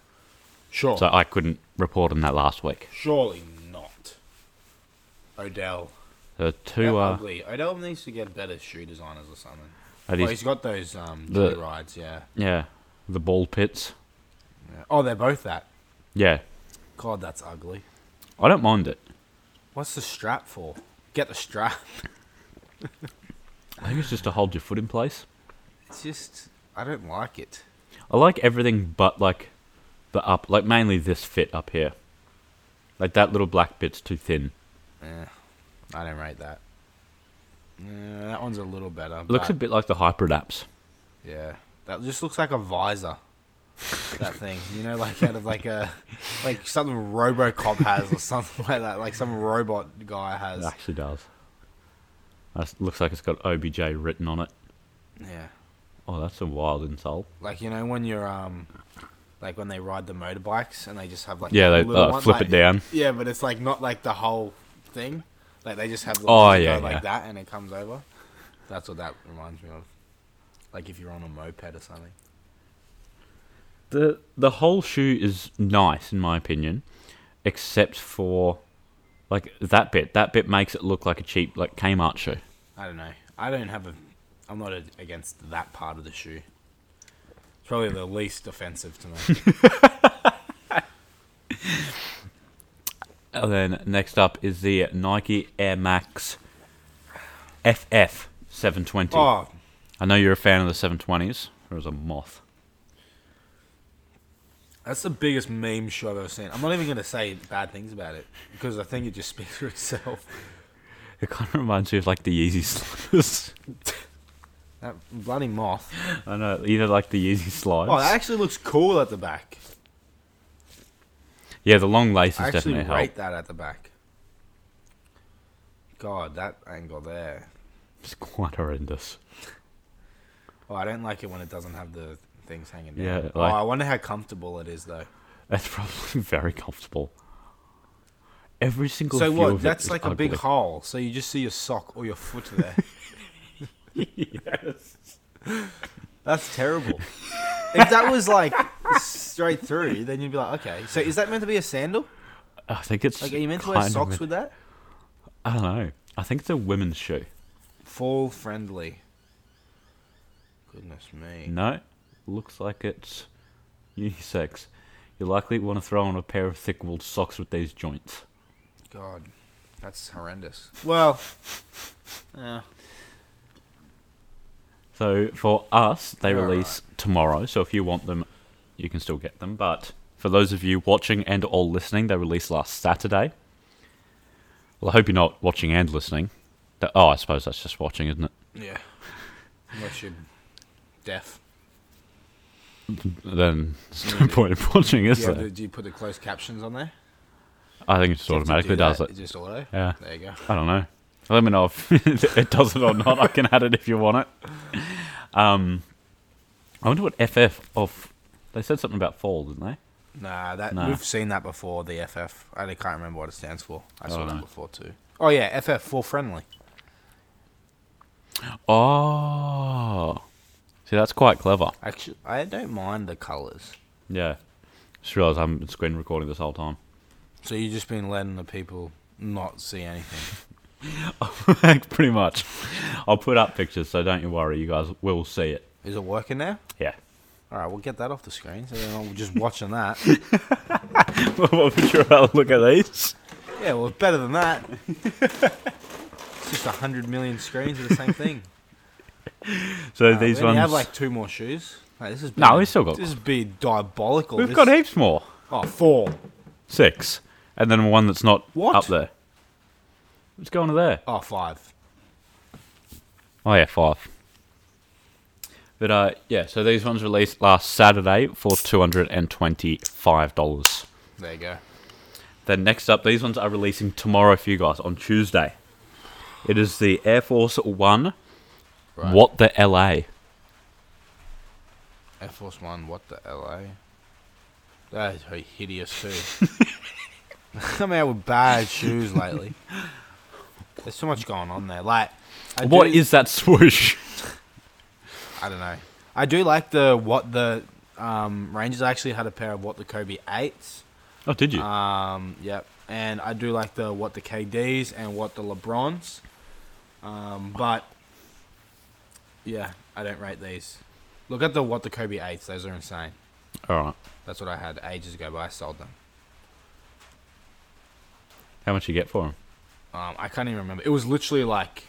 Speaker 2: Sure.
Speaker 1: so I couldn't report on that last week.
Speaker 2: Surely not. Odell.
Speaker 1: So
Speaker 2: They're
Speaker 1: two uh,
Speaker 2: ugly. Odell needs to get better shoe designers or something.
Speaker 1: are
Speaker 2: Well,
Speaker 1: these-
Speaker 2: he's got those um,
Speaker 1: The-
Speaker 2: rides, yeah.
Speaker 1: yeah, the ball pits.
Speaker 2: yeah. Oh, they're both that.
Speaker 1: Yeah,
Speaker 2: God, that's ugly.
Speaker 1: I don't mind it.
Speaker 2: What's the strap for? Get the strap. [LAUGHS]
Speaker 1: I think it's just to hold your foot in place.
Speaker 2: It's just, I don't like it.
Speaker 1: I like everything but like the up, like mainly this fit up here. Like that little black bit's too thin.
Speaker 2: Eh, I don't rate that. Yeah, that one's a little better.
Speaker 1: It looks
Speaker 2: but-
Speaker 1: a bit like the Hyper Adapts.
Speaker 2: Yeah, that just looks like a visor. That thing, you know, like out of like a, like something RoboCop has or something [LAUGHS] like that, like some robot guy
Speaker 1: It
Speaker 2: has.
Speaker 1: actually does. That looks like it's got OBJ written on it.
Speaker 2: Yeah,
Speaker 1: Oh, that's a wild insult.
Speaker 2: like you know when you're um, like when they ride the motorbikes and they just have like
Speaker 1: Yeah,
Speaker 2: the
Speaker 1: they
Speaker 2: little
Speaker 1: uh,
Speaker 2: one,
Speaker 1: flip
Speaker 2: like-
Speaker 1: it down.
Speaker 2: Yeah, but it's like not like the whole thing. Like they just have the
Speaker 1: Oh,
Speaker 2: ones that
Speaker 1: yeah,
Speaker 2: go
Speaker 1: yeah.
Speaker 2: like that and it comes over. That's what that reminds me of. Like if you're on a moped or something.
Speaker 1: The the whole shoe is nice in my opinion, except for like that bit. That bit makes it look like a cheap like Kmart shoe.
Speaker 2: I don't know. I don't have a. I'm not a, against that part of the shoe. It's probably the least offensive to
Speaker 1: [LAUGHS]
Speaker 2: me.
Speaker 1: And then next up is the Nike Air Max FF 720.
Speaker 2: oh,
Speaker 1: I know you're a fan of the 720s. Or as a moth.
Speaker 2: that's the biggest meme shoe I've ever seen. I'm not even gonna say bad things about it because I think it just speaks for itself.
Speaker 1: It kind of [LAUGHS] reminds me of like the Yeezy slippers.
Speaker 2: That bloody moth.
Speaker 1: [LAUGHS] I know, either like the Yeezy slides.
Speaker 2: Oh, that actually looks cool at the back.
Speaker 1: yeah, the long laces
Speaker 2: I actually
Speaker 1: definitely
Speaker 2: rate
Speaker 1: help.
Speaker 2: that at the back. God, that angle there.
Speaker 1: It's quite horrendous.
Speaker 2: Oh, I don't like it when it doesn't have the things hanging down.
Speaker 1: Yeah,
Speaker 2: oh,
Speaker 1: like-
Speaker 2: I wonder how comfortable it is though.
Speaker 1: That's probably [LAUGHS] very comfortable. Every single
Speaker 2: So
Speaker 1: view
Speaker 2: what?
Speaker 1: of it
Speaker 2: That's
Speaker 1: is
Speaker 2: like a
Speaker 1: ugly.
Speaker 2: [LAUGHS] big hole. So you just see your sock or
Speaker 1: [LAUGHS]
Speaker 2: your foot there. That's terrible. if that was like straight through, then you'd be like, okay. So is that meant to be a sandal?
Speaker 1: I think it's
Speaker 2: Like, are you meant to wear
Speaker 1: kind of
Speaker 2: socks
Speaker 1: meant-
Speaker 2: with that?
Speaker 1: I don't know. I think it's a women's shoe.
Speaker 2: Fall friendly. Goodness me.
Speaker 1: No, looks like it's unisex. You likely want to throw on a pair of thick-walled socks with these joints.
Speaker 2: God, that's horrendous. Well, yeah.
Speaker 1: So for us, they
Speaker 2: Alright.
Speaker 1: release tomorrow. So if you want them, you can still get them. But for those of you watching and all listening, they released last Saturday. Well, I hope you're not watching and listening. Th- Oh, I suppose that's just watching, isn't it?
Speaker 2: Yeah. Unless you're deaf.
Speaker 1: then there's no point in watching, is
Speaker 2: Yeah,
Speaker 1: there?
Speaker 2: do, do you put the closed captions on there?
Speaker 1: I think it just
Speaker 2: Do you have to
Speaker 1: automatically
Speaker 2: do
Speaker 1: does
Speaker 2: that?
Speaker 1: it.
Speaker 2: It just auto.
Speaker 1: Yeah.
Speaker 2: There you go.
Speaker 1: I don't know. Let me know if [LAUGHS] it does it or not. I can add it if you want it. Um, I wonder what FF of. They said something about fall, didn't they?
Speaker 2: Nah, that
Speaker 1: Nah.
Speaker 2: we've seen that before. The FF. I don't- can't remember what it stands for. I saw
Speaker 1: Oh,
Speaker 2: that
Speaker 1: no.
Speaker 2: before too. Oh yeah, FF for friendly.
Speaker 1: Oh, see, that's quite clever.
Speaker 2: Actually, I don't mind the colors.
Speaker 1: Yeah, just realised I haven't been screen recording this whole time. [LAUGHS]
Speaker 2: So you've just been letting the people not see anything.
Speaker 1: Pretty much. I'll put up pictures, so don't you worry. You guys will see it. [LAUGHS]
Speaker 2: Is it working now?
Speaker 1: Yeah.
Speaker 2: All right, we'll get that off the screen. So then I'm just
Speaker 1: [LAUGHS]
Speaker 2: watching that.
Speaker 1: what would you rather look at these?
Speaker 2: Yeah, well, it's better than that. [LAUGHS] it's just a hundred million screens of the same thing.
Speaker 1: So
Speaker 2: Uh,
Speaker 1: these
Speaker 2: we only
Speaker 1: ones.
Speaker 2: have like two more shoes. Like, this is
Speaker 1: No, we've still got-
Speaker 2: This would be diabolical.
Speaker 1: We've
Speaker 2: This-
Speaker 1: got heaps more.
Speaker 2: Oh, four.
Speaker 1: Six, and then one that's not
Speaker 2: What?
Speaker 1: up there. What's going on there?
Speaker 2: Oh, five.
Speaker 1: Oh yeah, five. But uh, yeah. So these ones released last Saturday for two hundred and twenty-five dollars.
Speaker 2: There you go.
Speaker 1: Then next up, these ones are releasing tomorrow for you guys on Tuesday. It is the Air Force One.
Speaker 2: Right.
Speaker 1: What the LA?
Speaker 2: Air Force One. What the LA? That is a hideous
Speaker 1: [LAUGHS]
Speaker 2: shoe. I'm out with bad shoes lately. There's so much going on there. Like, I
Speaker 1: What
Speaker 2: do-
Speaker 1: is that swoosh? [LAUGHS]
Speaker 2: I don't know. I do like the what the um, Rangers. I actually had a pair of what the Kobe eights.
Speaker 1: Oh, did you?
Speaker 2: Um, yep. And I do like the what the KDs and what the LeBrons. Um, but yeah, I don't rate these. Look at the what the Kobe eights. Those are insane.
Speaker 1: All right.
Speaker 2: That's what I had ages ago, but I sold them.
Speaker 1: How much you get for them?
Speaker 2: Um, I can't even remember. It was literally like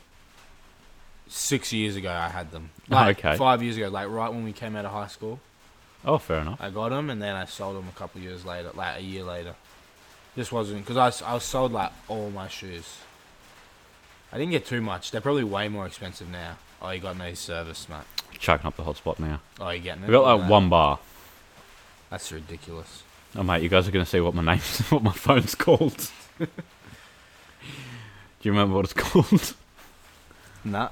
Speaker 2: six years ago I had them.
Speaker 1: Oh,
Speaker 2: Like
Speaker 1: okay.
Speaker 2: five years ago, like right when we came out of high school.
Speaker 1: Oh, fair enough.
Speaker 2: I got them, and then I sold them a couple of years later, like a year later. This wasn't because I, s- I sold like all my shoes. I didn't get too much. They're probably way more expensive now. Oh, you got no service, mate.
Speaker 1: Chucking up the hotspot now.
Speaker 2: Oh, you getting it?
Speaker 1: We got
Speaker 2: Look at
Speaker 1: like
Speaker 2: that.
Speaker 1: one bar.
Speaker 2: That's ridiculous.
Speaker 1: Oh mate, you guys are gonna see what my name's, [LAUGHS] what my phone's called.
Speaker 2: [LAUGHS]
Speaker 1: Do you remember what it's [LAUGHS] called?
Speaker 2: Nah.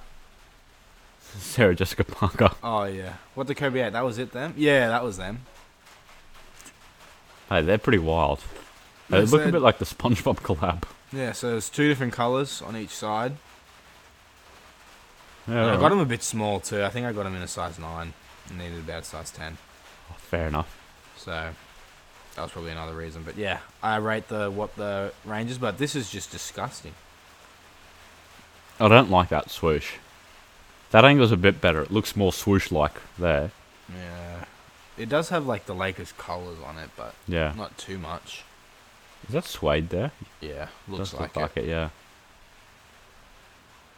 Speaker 1: Sarah Jessica Parker.
Speaker 2: Oh yeah. What the Kobe eight? That was it. Them? Yeah, that was them.
Speaker 1: Hey, they're pretty wild. They
Speaker 2: Yes,
Speaker 1: look a
Speaker 2: they-
Speaker 1: bit like the SpongeBob collab.
Speaker 2: Yeah. So there's two different colors on each side.
Speaker 1: Yeah,
Speaker 2: And I
Speaker 1: alright.
Speaker 2: got them a bit small too. I think I got them in a size nine. and Needed about size ten.
Speaker 1: Oh, fair enough.
Speaker 2: So that was probably another reason. But yeah, I rate the what the Rangers, but this is just disgusting.
Speaker 1: I don't like that swoosh. That angle's a bit better. It looks more swoosh-like there.
Speaker 2: Yeah. It does have like the Lakers colors on it, but
Speaker 1: Yeah.
Speaker 2: not too much.
Speaker 1: Is that suede there?
Speaker 2: Yeah, looks
Speaker 1: Does
Speaker 2: like,
Speaker 1: look like it. Yeah.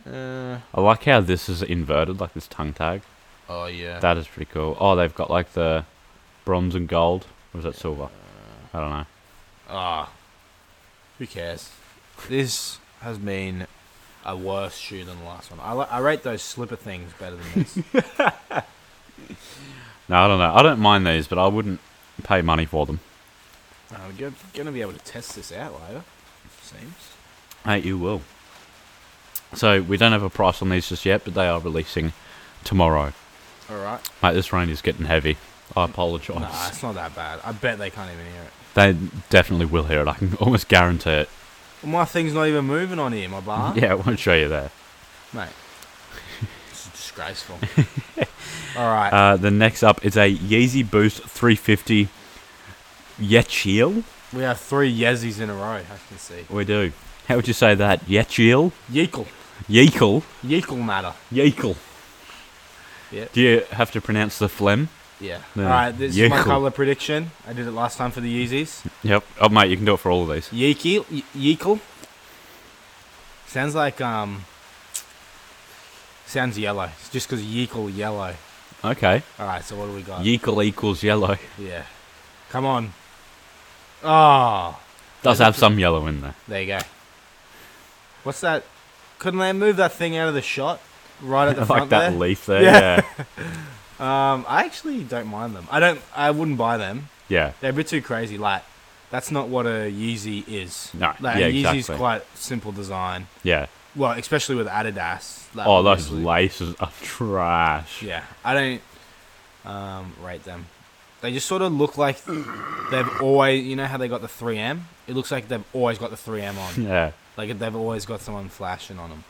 Speaker 2: it. Uh,
Speaker 1: I like how this is inverted, like this tongue tag.
Speaker 2: oh yeah.
Speaker 1: That is pretty cool. Oh, they've got like the bronze and gold. Or is that silver? I don't know.
Speaker 2: Ah. who cares? This has been a worse shoe than the last one. I, li- I rate those slipper things better than this.
Speaker 1: No, I don't know. I don't mind these, but I wouldn't pay money for them.
Speaker 2: I'm going to be able to test this out later. Seems.
Speaker 1: Hey, you will. So we don't have a price on these just yet, but they are releasing tomorrow.
Speaker 2: All right.
Speaker 1: Mate, this rain is getting heavy. I apologise.
Speaker 2: Nah, it's not that bad. I bet they can't even hear it.
Speaker 1: They definitely will hear it. I can [LAUGHS] almost guarantee it.
Speaker 2: Well, my thing's not even moving on here, my bar.
Speaker 1: Yeah, it won't show you there.
Speaker 2: Mate. This is disgraceful. [LAUGHS] All right.
Speaker 1: Uh, the next up is a Yeezy Boost 350 Yechiel.
Speaker 2: we have three Yeezys in a row, I can see.
Speaker 1: We do. How would you say that? Yechiel?
Speaker 2: Yeekle.
Speaker 1: Yeekle?
Speaker 2: Yeekle matter.
Speaker 1: Yeekle.
Speaker 2: Yeah.
Speaker 1: Do you have to pronounce the phlegm?
Speaker 2: Yeah.
Speaker 1: No.
Speaker 2: All right, this is my
Speaker 1: Yeekle.
Speaker 2: colour prediction. I did it last time for the Yeezys.
Speaker 1: Yep. Oh, mate, you can do it for all of these.
Speaker 2: Yeekle. Ye- Yeekle. Sounds like, um, sounds yellow. It's just because Yeekle yellow.
Speaker 1: Okay.
Speaker 2: All right, so what do we got?
Speaker 1: Yeekle equals yellow.
Speaker 2: yeah. Come on. Oh.
Speaker 1: Does have some yellow in there.
Speaker 2: There you go. What's that? Couldn't they move that thing out of the shot? Right at
Speaker 1: [LAUGHS]
Speaker 2: the
Speaker 1: like
Speaker 2: front
Speaker 1: that
Speaker 2: there.
Speaker 1: leaf there.
Speaker 2: Yeah.
Speaker 1: Yeah.
Speaker 2: Um, I actually don't mind them. I don't. I wouldn't buy them.
Speaker 1: Yeah.
Speaker 2: They're a bit too crazy. Like, that's not what a Yeezy is.
Speaker 1: No,
Speaker 2: Like,
Speaker 1: yeah,
Speaker 2: a Yeezy's
Speaker 1: exactly.
Speaker 2: quite simple design.
Speaker 1: Yeah.
Speaker 2: Well, especially with Adidas. Like,
Speaker 1: Oh, those
Speaker 2: obviously.
Speaker 1: laces are trash.
Speaker 2: Yeah, I don't um, rate them. They just sort of look like they've always. You know how they got the 3M? It looks like they've always got the
Speaker 1: [LAUGHS]
Speaker 2: 3M on.
Speaker 1: Yeah.
Speaker 2: like they've always got someone flashing on them.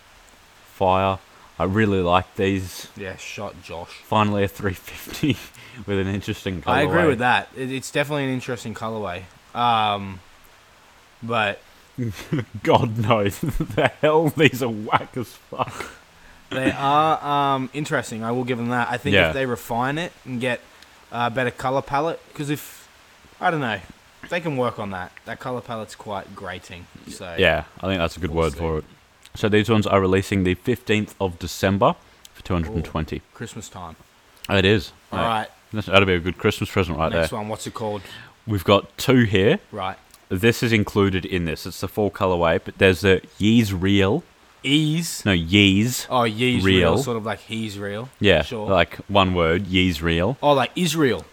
Speaker 1: Fire. I really like these.
Speaker 2: Yeah, shot Josh.
Speaker 1: Finally, a 350 [LAUGHS] with an interesting color.
Speaker 2: I agree with that. It, it's definitely an interesting colorway. Um, but
Speaker 1: God knows [LAUGHS] the hell these are whack as fuck.
Speaker 2: They are um, interesting. I will give them that. I think
Speaker 1: Yeah.
Speaker 2: if they refine it and get a better color palette, because if I don't know, if they can work on that. That color palette's quite grating. So
Speaker 1: Yeah, I think that's a good
Speaker 2: We'll
Speaker 1: word
Speaker 2: see.
Speaker 1: for it. So these ones are releasing the 15th of December for 220.
Speaker 2: Christmas time.
Speaker 1: It is.
Speaker 2: All right,
Speaker 1: That's, that'll be a good Christmas present right
Speaker 2: next
Speaker 1: there.
Speaker 2: one. What's it called?
Speaker 1: We've got two here.
Speaker 2: Right,
Speaker 1: This is included in this. It's the full colorway, but there's the Yeez Real.
Speaker 2: ease.
Speaker 1: No, Yeez.
Speaker 2: Oh, ye's real.
Speaker 1: Real.
Speaker 2: Sort of like he's real.
Speaker 1: yeah,
Speaker 2: sure.
Speaker 1: like one word, Yeez Real,
Speaker 2: oh, like Israel.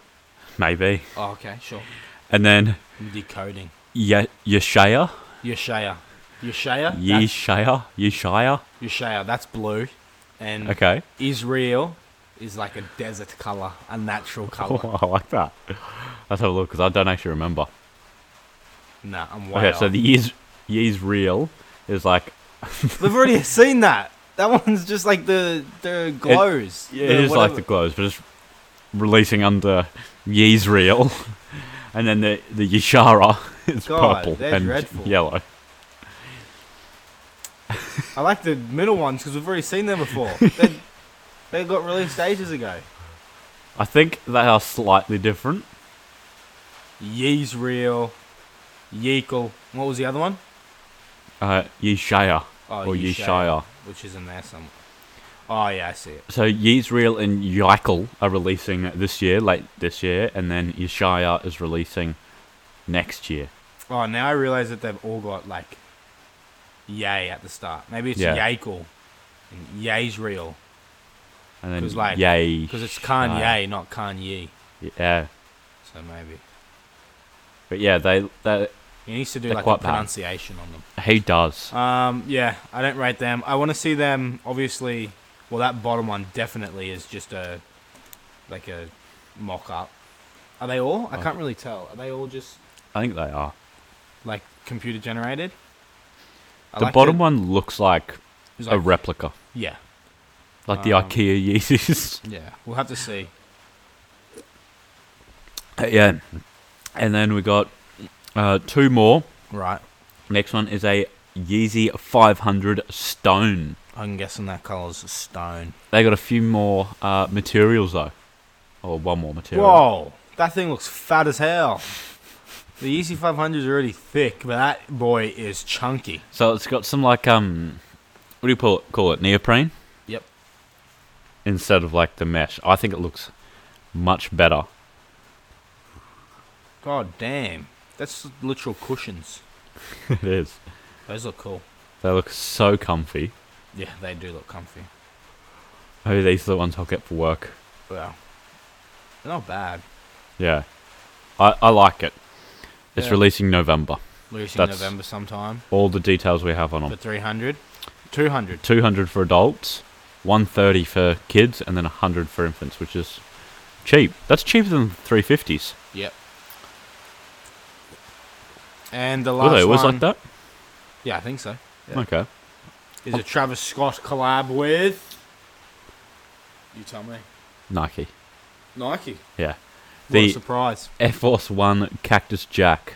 Speaker 1: maybe.
Speaker 2: Oh, okay, sure.
Speaker 1: And then
Speaker 2: I'm decoding.
Speaker 1: Ye- Yeshaya.
Speaker 2: Yeshaya. Yeshaya. That's-
Speaker 1: Yeshaya. Yeshaya.
Speaker 2: Yeshaya. That's blue. And
Speaker 1: Okay.
Speaker 2: Israel is like a desert color, a natural color.
Speaker 1: [LAUGHS] [LAUGHS] Oh, I like that. Let's have a look because I don't actually remember.
Speaker 2: Nah, I'm way
Speaker 1: Okay, so
Speaker 2: off.
Speaker 1: the Yeez, Yeez Real is like
Speaker 2: We've already [LAUGHS] seen that. That one's just like the the glows.
Speaker 1: it is like the glows, but it's releasing under Yeez Real, [LAUGHS] and then the the Yeshara [LAUGHS] is
Speaker 2: God,
Speaker 1: purple
Speaker 2: they're
Speaker 1: and
Speaker 2: dreadful.
Speaker 1: yellow.
Speaker 2: I like the middle ones because we've already seen
Speaker 1: [LAUGHS]
Speaker 2: them before. they, they got released ages ago.
Speaker 1: I think they are slightly different.
Speaker 2: Yee's real, Yeekle. What was the other one?
Speaker 1: Uh, Yeshaya
Speaker 2: Oh,
Speaker 1: or
Speaker 2: Yeshaya.
Speaker 1: Yeshaya.
Speaker 2: Which is in there somewhere. Oh yeah, I see it.
Speaker 1: So Yeez Real and Yikel are releasing this year, late this year, and then Yeshaya is releasing next year.
Speaker 2: Oh, now I realize that they've all got like yay at the start. Maybe it's
Speaker 1: Yeah.
Speaker 2: Yeekle and Yee's real
Speaker 1: And then
Speaker 2: 'Cause, like-
Speaker 1: Yay.
Speaker 2: because it's
Speaker 1: Oh,
Speaker 2: Kanye, not Kanye.
Speaker 1: Yeah.
Speaker 2: So maybe
Speaker 1: But yeah, they, they
Speaker 2: he needs to do
Speaker 1: They're
Speaker 2: like a
Speaker 1: quite bad.
Speaker 2: pronunciation on them.
Speaker 1: he does.
Speaker 2: Um, yeah, I don't rate them. I want to see them. Obviously, well, that bottom one definitely is just a like a mock up. Are they all? I
Speaker 1: Oh.
Speaker 2: can't really tell. Are they all just
Speaker 1: I think they are.
Speaker 2: like computer generated? I
Speaker 1: the
Speaker 2: like
Speaker 1: bottom
Speaker 2: it.
Speaker 1: one looks like
Speaker 2: It's
Speaker 1: a
Speaker 2: like-
Speaker 1: replica,
Speaker 2: Yeah,
Speaker 1: like the
Speaker 2: Um,
Speaker 1: IKEA Yeezys. [LAUGHS]
Speaker 2: yeah. We'll have to see.
Speaker 1: yeah, and then we got uh, two more.
Speaker 2: Right,
Speaker 1: Next one is a Yeezy 500 Stone.
Speaker 2: I'm guessing that color's stone.
Speaker 1: They got a few more uh, materials though, or one more material.
Speaker 2: Whoa, that thing looks fat as hell. The E EC 500 is already thick, but that boy is chunky.
Speaker 1: So it's got some like um, what do you call it? Call it neoprene
Speaker 2: Yep.
Speaker 1: instead of like the mesh. I think it looks much better. [LAUGHS]
Speaker 2: God damn, that's literal cushions.
Speaker 1: it is.
Speaker 2: Those look cool.
Speaker 1: They look so comfy.
Speaker 2: Yeah, they do look comfy.
Speaker 1: Maybe these are the ones I'll get for work.
Speaker 2: Well, they're not bad.
Speaker 1: Yeah. I, I like it. It's
Speaker 2: Yeah.
Speaker 1: releasing November.
Speaker 2: Releasing
Speaker 1: That's- Oh.
Speaker 2: November sometime
Speaker 1: All the details we have on
Speaker 2: for
Speaker 1: them.
Speaker 2: 300. 200.
Speaker 1: 200 for adults, 130 for kids, and then 100 for infants, which is cheap. That's cheaper than 350s.
Speaker 2: Yep. And the
Speaker 1: Were
Speaker 2: last
Speaker 1: they always
Speaker 2: one,
Speaker 1: like that?
Speaker 2: Yeah, I think so. Yeah.
Speaker 1: Okay.
Speaker 2: Is a Travis Scott collab with. You tell me.
Speaker 1: Nike.
Speaker 2: Nike.
Speaker 1: Yeah.
Speaker 2: What a
Speaker 1: The
Speaker 2: surprise.
Speaker 1: Air Force One Cactus Jack.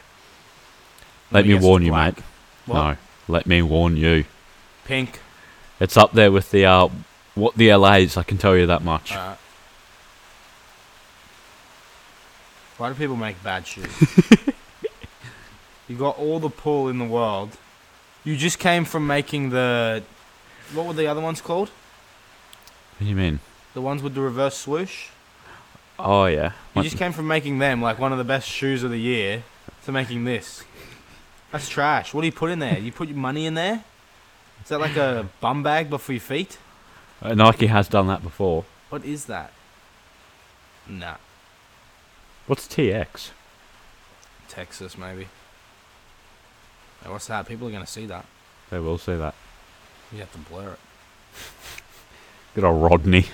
Speaker 1: Let me
Speaker 2: guess
Speaker 1: warn
Speaker 2: it's
Speaker 1: you,
Speaker 2: black.
Speaker 1: mate.
Speaker 2: What?
Speaker 1: No. Let me warn you.
Speaker 2: Pink.
Speaker 1: It's up there with the uh, what the LA's, I can tell you that much.
Speaker 2: Alright. Why do people make bad shoes?
Speaker 1: [LAUGHS]
Speaker 2: you got all the pull in the world. You just came from making the. What were the other ones called?
Speaker 1: What do you mean?
Speaker 2: The ones with the reverse swoosh?
Speaker 1: Oh, yeah.
Speaker 2: You
Speaker 1: What-
Speaker 2: just came from making them like one of the best shoes of the year to making this. That's trash. What do you put in there? You put your money in there? Is that like a bum bag but for your feet?
Speaker 1: Uh, Nike has done that before.
Speaker 2: What is that? Nah.
Speaker 1: What's TX?
Speaker 2: Texas, maybe. Hey, what's that? People are going to see that.
Speaker 1: They will say that.
Speaker 2: You have to blur it.
Speaker 1: Good old Rodney.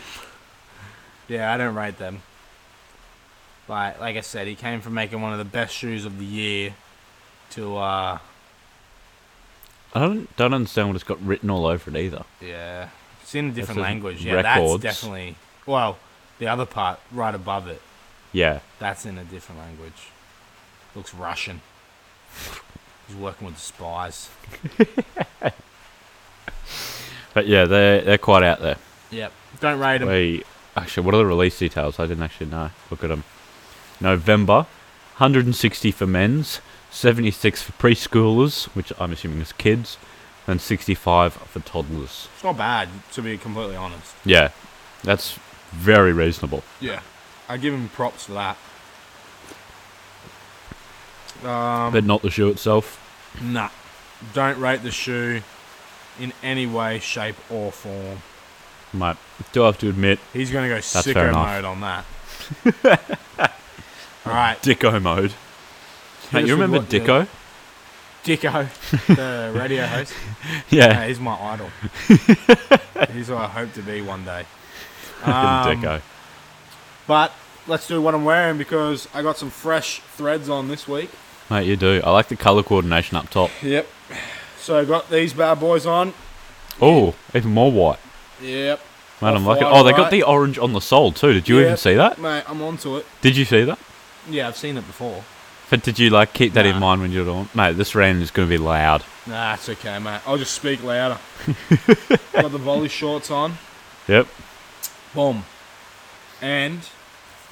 Speaker 2: Yeah, I don't rate them. Like, like I said, he came from making one of the best shoes of the year to, uh,
Speaker 1: I don't, don't understand what it's got written all over it either.
Speaker 2: yeah, it's in a different
Speaker 1: says
Speaker 2: language. Yeah,
Speaker 1: records.
Speaker 2: that's definitely. Well, the other part right above it,
Speaker 1: Yeah.
Speaker 2: that's in a different language. Looks Russian. He's working with the spies.
Speaker 1: But yeah, they're, they're quite out there.
Speaker 2: Yep. Don't rate him.
Speaker 1: We actually, what are the release details? I didn't actually know. Look at them. November, 160 for men's, 76 for preschoolers, which I'm assuming is kids, and 65 for toddlers.
Speaker 2: It's not bad, to be completely honest.
Speaker 1: Yeah, that's very reasonable.
Speaker 2: Yeah. I give him props for that.
Speaker 1: but not the shoe itself.
Speaker 2: Nah. Um, Don't rate the shoe in any way, shape, or form.
Speaker 1: Mate, do have to admit,
Speaker 2: He's going to go
Speaker 1: fair
Speaker 2: sicko
Speaker 1: enough.
Speaker 2: mode on that.
Speaker 1: [LAUGHS]
Speaker 2: All right.
Speaker 1: Dicko mode. Mate, you remember
Speaker 2: what the-
Speaker 1: Dicko? [LAUGHS]
Speaker 2: Dicko, the radio host. Yeah,
Speaker 1: Yeah,
Speaker 2: he's my
Speaker 1: [LAUGHS]
Speaker 2: idol. he's who I hope to be one day.
Speaker 1: fucking
Speaker 2: Um,
Speaker 1: Dicko.
Speaker 2: But let's do what I'm wearing because I got some fresh threads on this week.
Speaker 1: Mate, you do. I like the colour coordination up top.
Speaker 2: Yep. So I got these bad boys on.
Speaker 1: Oh, even more white.
Speaker 2: Yep.
Speaker 1: Man, I'm
Speaker 2: Off-white,
Speaker 1: liking. Oh, they got
Speaker 2: right?
Speaker 1: the orange on the sole too. Did you even
Speaker 2: Yep.
Speaker 1: see that?
Speaker 2: Mate, I'm onto it.
Speaker 1: Did you see that?
Speaker 2: Yeah, I've seen it before.
Speaker 1: But did you like keep that in
Speaker 2: Nah.
Speaker 1: mind when you're on? Mate, this rant is going to be loud.
Speaker 2: Nah, it's okay, mate. I'll just
Speaker 1: [LAUGHS]
Speaker 2: speak louder. Got the volley shorts on.
Speaker 1: Yep.
Speaker 2: Boom. And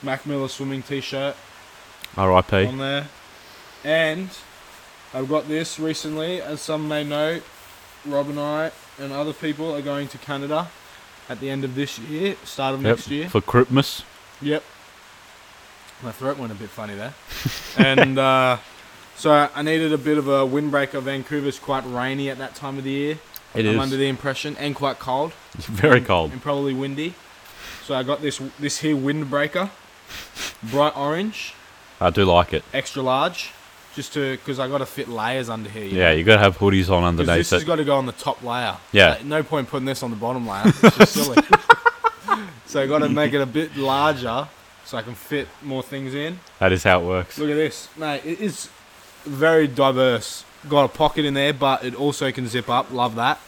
Speaker 2: Mac Miller swimming t shirt
Speaker 1: R.I.P.
Speaker 2: on there. And I've got this recently, as some may know, Rob and I and other people are going to Canada at the end of this year, start of
Speaker 1: Yep.
Speaker 2: next year.
Speaker 1: For Christmas.
Speaker 2: Yep. My throat went a bit
Speaker 1: [LAUGHS]
Speaker 2: funny there. and uh, so I needed a bit of a windbreaker. Vancouver's quite rainy at that time of the year.
Speaker 1: It
Speaker 2: I'm
Speaker 1: is.
Speaker 2: under the impression, and quite cold.
Speaker 1: It's
Speaker 2: [LAUGHS]
Speaker 1: very
Speaker 2: and-
Speaker 1: cold.
Speaker 2: And probably windy. So I got this this here windbreaker, bright orange,
Speaker 1: I do like it.
Speaker 2: extra large, just to because I got to fit layers under here. you
Speaker 1: Yeah, you got to have hoodies on
Speaker 2: because
Speaker 1: underneath
Speaker 2: this has
Speaker 1: it.
Speaker 2: got to go on the top layer.
Speaker 1: Yeah.
Speaker 2: Like, no point putting this on the bottom layer. It's
Speaker 1: [LAUGHS]
Speaker 2: just silly. so I got to make it a bit larger so I can fit more things in.
Speaker 1: That is how it works.
Speaker 2: Look at this, mate. It is very diverse. Got a pocket in there, but it also can zip up. Love that.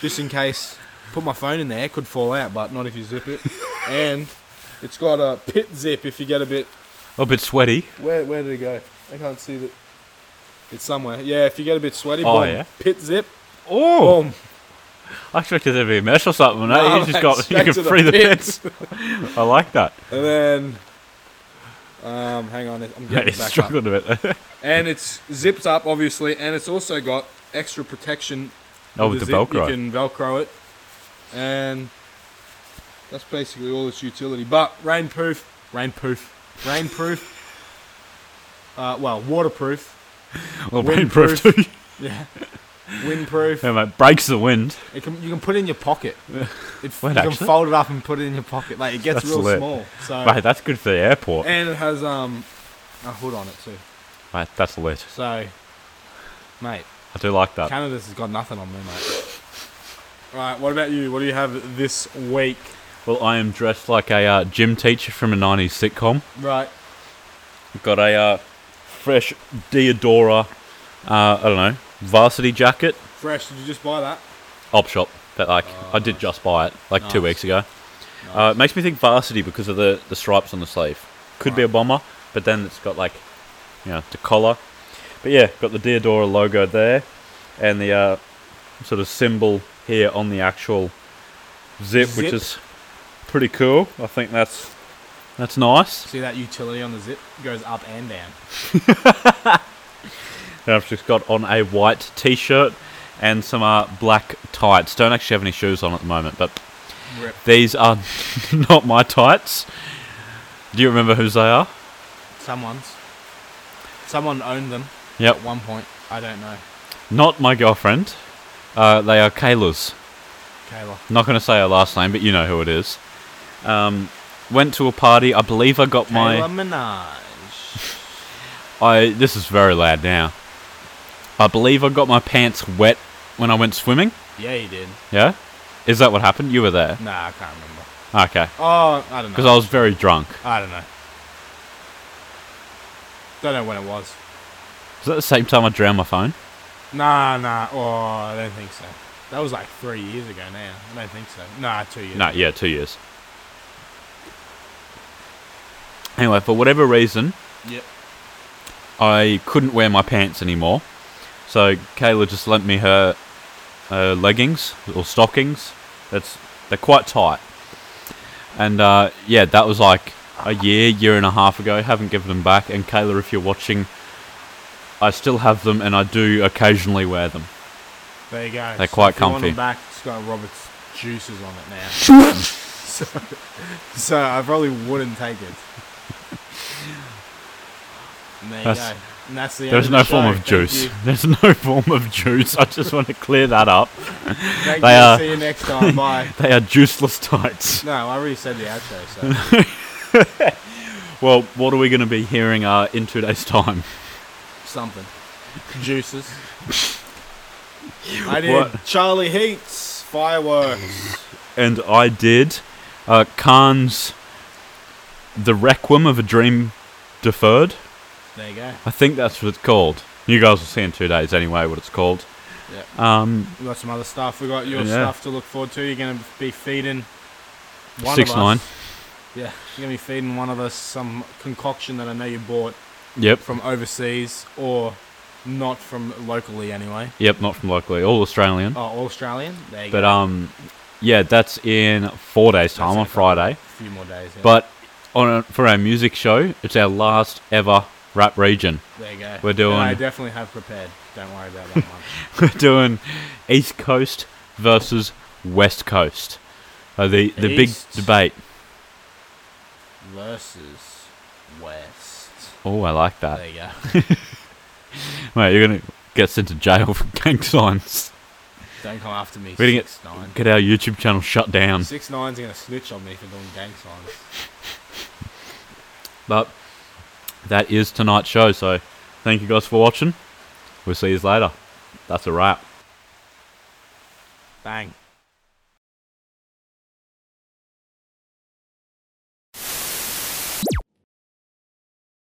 Speaker 2: Just in case, put my phone in there. It could fall out, but not if you
Speaker 1: [LAUGHS]
Speaker 2: zip it. And it's got a pit zip if you get a bit
Speaker 1: A bit sweaty.
Speaker 2: where where did it go? I can't see that. It's somewhere. Yeah, if you get a bit sweaty,
Speaker 1: Oh,
Speaker 2: boom,
Speaker 1: yeah?
Speaker 2: pit zip,
Speaker 1: Oh,
Speaker 2: boom.
Speaker 1: I expected there to be a mesh or something. No,
Speaker 2: No,
Speaker 1: you just
Speaker 2: mate,
Speaker 1: got you
Speaker 2: straight
Speaker 1: can
Speaker 2: to the
Speaker 1: free the
Speaker 2: pits.
Speaker 1: pits. [LAUGHS] I like that.
Speaker 2: And then, um, hang on, I'm
Speaker 1: Yeah,
Speaker 2: getting
Speaker 1: he's
Speaker 2: it back up.
Speaker 1: struggling a bit. [LAUGHS] there.
Speaker 2: And it's zipped up, obviously, and it's also got extra protection.
Speaker 1: oh, with the
Speaker 2: zip.
Speaker 1: Velcro.
Speaker 2: You can Velcro it, and that's basically all its utility. But rainproof, rainproof, rainproof. Uh, well, waterproof.
Speaker 1: well,
Speaker 2: windproof.
Speaker 1: windproof too.
Speaker 2: Yeah.
Speaker 1: [LAUGHS]
Speaker 2: Windproof.
Speaker 1: yeah, mate, breaks the wind.
Speaker 2: It can, you can put it in
Speaker 1: [LAUGHS]
Speaker 2: your pocket. It, you
Speaker 1: Wait,
Speaker 2: can
Speaker 1: actually?
Speaker 2: fold it up and put it in your pocket. Like it gets
Speaker 1: That's
Speaker 2: real
Speaker 1: lit.
Speaker 2: small. So
Speaker 1: Mate, that's good for the airport.
Speaker 2: and it has um a hood on it too.
Speaker 1: Mate, that's lit.
Speaker 2: So, mate,
Speaker 1: I do like that.
Speaker 2: Canada's has got nothing on me, mate. All right, what about you? What do you have this week?
Speaker 1: Well, I am dressed like a uh, gym teacher from a 90s sitcom.
Speaker 2: Right.
Speaker 1: I've got a uh, fresh Deodora, uh, I don't know, varsity jacket.
Speaker 2: Fresh, did you just buy that?
Speaker 1: Op shop. That like I did just buy it like two
Speaker 2: Oh. Nice.
Speaker 1: weeks ago. Uh, it makes me think varsity because of the, the stripes on the sleeve. Could be a bomber, but then it's got like you know, the collar. But yeah, got the Deodora logo there and the uh, sort of symbol here on the actual zip, which
Speaker 2: Zip.
Speaker 1: is pretty cool. I think that's that's nice.
Speaker 2: See that utility on the zip goes up and down.
Speaker 1: And I've just got on a white t shirt and some uh, black tights. Don't actually have any shoes on at the moment, but
Speaker 2: Rip.
Speaker 1: These are [LAUGHS] not my tights. Do you remember whose they are?
Speaker 2: Someone's. Someone owned them
Speaker 1: Yep.
Speaker 2: at one point. I don't know.
Speaker 1: Not my girlfriend. Uh, they are Kayla's.
Speaker 2: Kayla.
Speaker 1: Not going to say her last name, but you know who it is. Um, went to a party. I believe I got my.
Speaker 2: Taylor Minaj.
Speaker 1: I this is very loud now. I believe I got my pants wet when I went swimming.
Speaker 2: Yeah, he did.
Speaker 1: Yeah, is that what happened? You were there.
Speaker 2: Nah, I can't remember.
Speaker 1: Okay,
Speaker 2: Oh, I don't know.
Speaker 1: because I was very drunk.
Speaker 2: I don't know. Don't know when it was.
Speaker 1: Is that the same time I drowned my phone?
Speaker 2: Nah, nah. Oh, I don't think so. That was like three years ago now. I don't think so. Nah, two years.
Speaker 1: No, yeah, two years. Anyway, for whatever reason,
Speaker 2: Yep.
Speaker 1: I couldn't wear my pants anymore. So Kayla just lent me her uh, leggings or stockings. That's they're quite tight. And uh, yeah, that was like a year, year and a half ago. haven't given them back. And Kayla, if you're watching, I still have them, and I do occasionally wear them.
Speaker 2: There you go.
Speaker 1: They're quite
Speaker 2: if you want
Speaker 1: comfy.
Speaker 2: them back, it's got Robert's juices on it
Speaker 1: [LAUGHS]
Speaker 2: now. so, so I probably wouldn't take it. And there
Speaker 1: That's-
Speaker 2: you go. And that's the end
Speaker 1: There's
Speaker 2: of the
Speaker 1: no form
Speaker 2: show.
Speaker 1: of
Speaker 2: Thank
Speaker 1: juice.
Speaker 2: you.
Speaker 1: [LAUGHS] There's no form of juice. I just want to clear that up.
Speaker 2: Thank
Speaker 1: They
Speaker 2: you.
Speaker 1: are-
Speaker 2: See you next
Speaker 1: [LAUGHS]
Speaker 2: time. Bye.
Speaker 1: They are juiceless tights.
Speaker 2: No, I already said the outro. So.
Speaker 1: Well, what are we going to be hearing uh, in two days' time?
Speaker 2: something. Juices. I did
Speaker 1: What?
Speaker 2: Charlie Heats fireworks.
Speaker 1: and I did uh, Khan's The Requiem of a Dream Deferred.
Speaker 2: There you go.
Speaker 1: I think that's what it's called. You guys will see in two days anyway what it's called.
Speaker 2: Yeah. Um, we got some other stuff. We got your
Speaker 1: Yeah.
Speaker 2: stuff to look forward to. You're gonna be feeding one
Speaker 1: Six
Speaker 2: of
Speaker 1: nine.
Speaker 2: us. Yeah, you're gonna be feeding one of us some concoction that I know you bought
Speaker 1: Yep,
Speaker 2: from overseas or not from locally anyway.
Speaker 1: yep, not from locally, all Australian.
Speaker 2: Oh, all Australian. There you
Speaker 1: But
Speaker 2: go.
Speaker 1: um, yeah, that's in four days'
Speaker 2: That's
Speaker 1: time
Speaker 2: in
Speaker 1: on
Speaker 2: a couple-
Speaker 1: Friday.
Speaker 2: a few more days. Yeah.
Speaker 1: uh, But on a, for our music show, it's our last ever rap region. [LAUGHS]
Speaker 2: there you go.
Speaker 1: we're doing-
Speaker 2: I definitely have prepared. Don't worry about
Speaker 1: [LAUGHS]
Speaker 2: that one.
Speaker 1: We're doing East Coast versus West Coast. Uh, the the
Speaker 2: East.
Speaker 1: big debate.
Speaker 2: Versus West.
Speaker 1: Oh, I like that.
Speaker 2: There you go.
Speaker 1: Mate, you're gonna get sent to jail for [LAUGHS] gang signs.
Speaker 2: Don't come after me.
Speaker 1: Reading it.
Speaker 2: six nine.
Speaker 1: Get our YouTube channel shut down.
Speaker 2: Six nine's gonna snitch on me for doing gang signs.
Speaker 1: But that is tonight's show, so thank you guys for watching. We'll see you later. That's a wrap.
Speaker 2: Bang.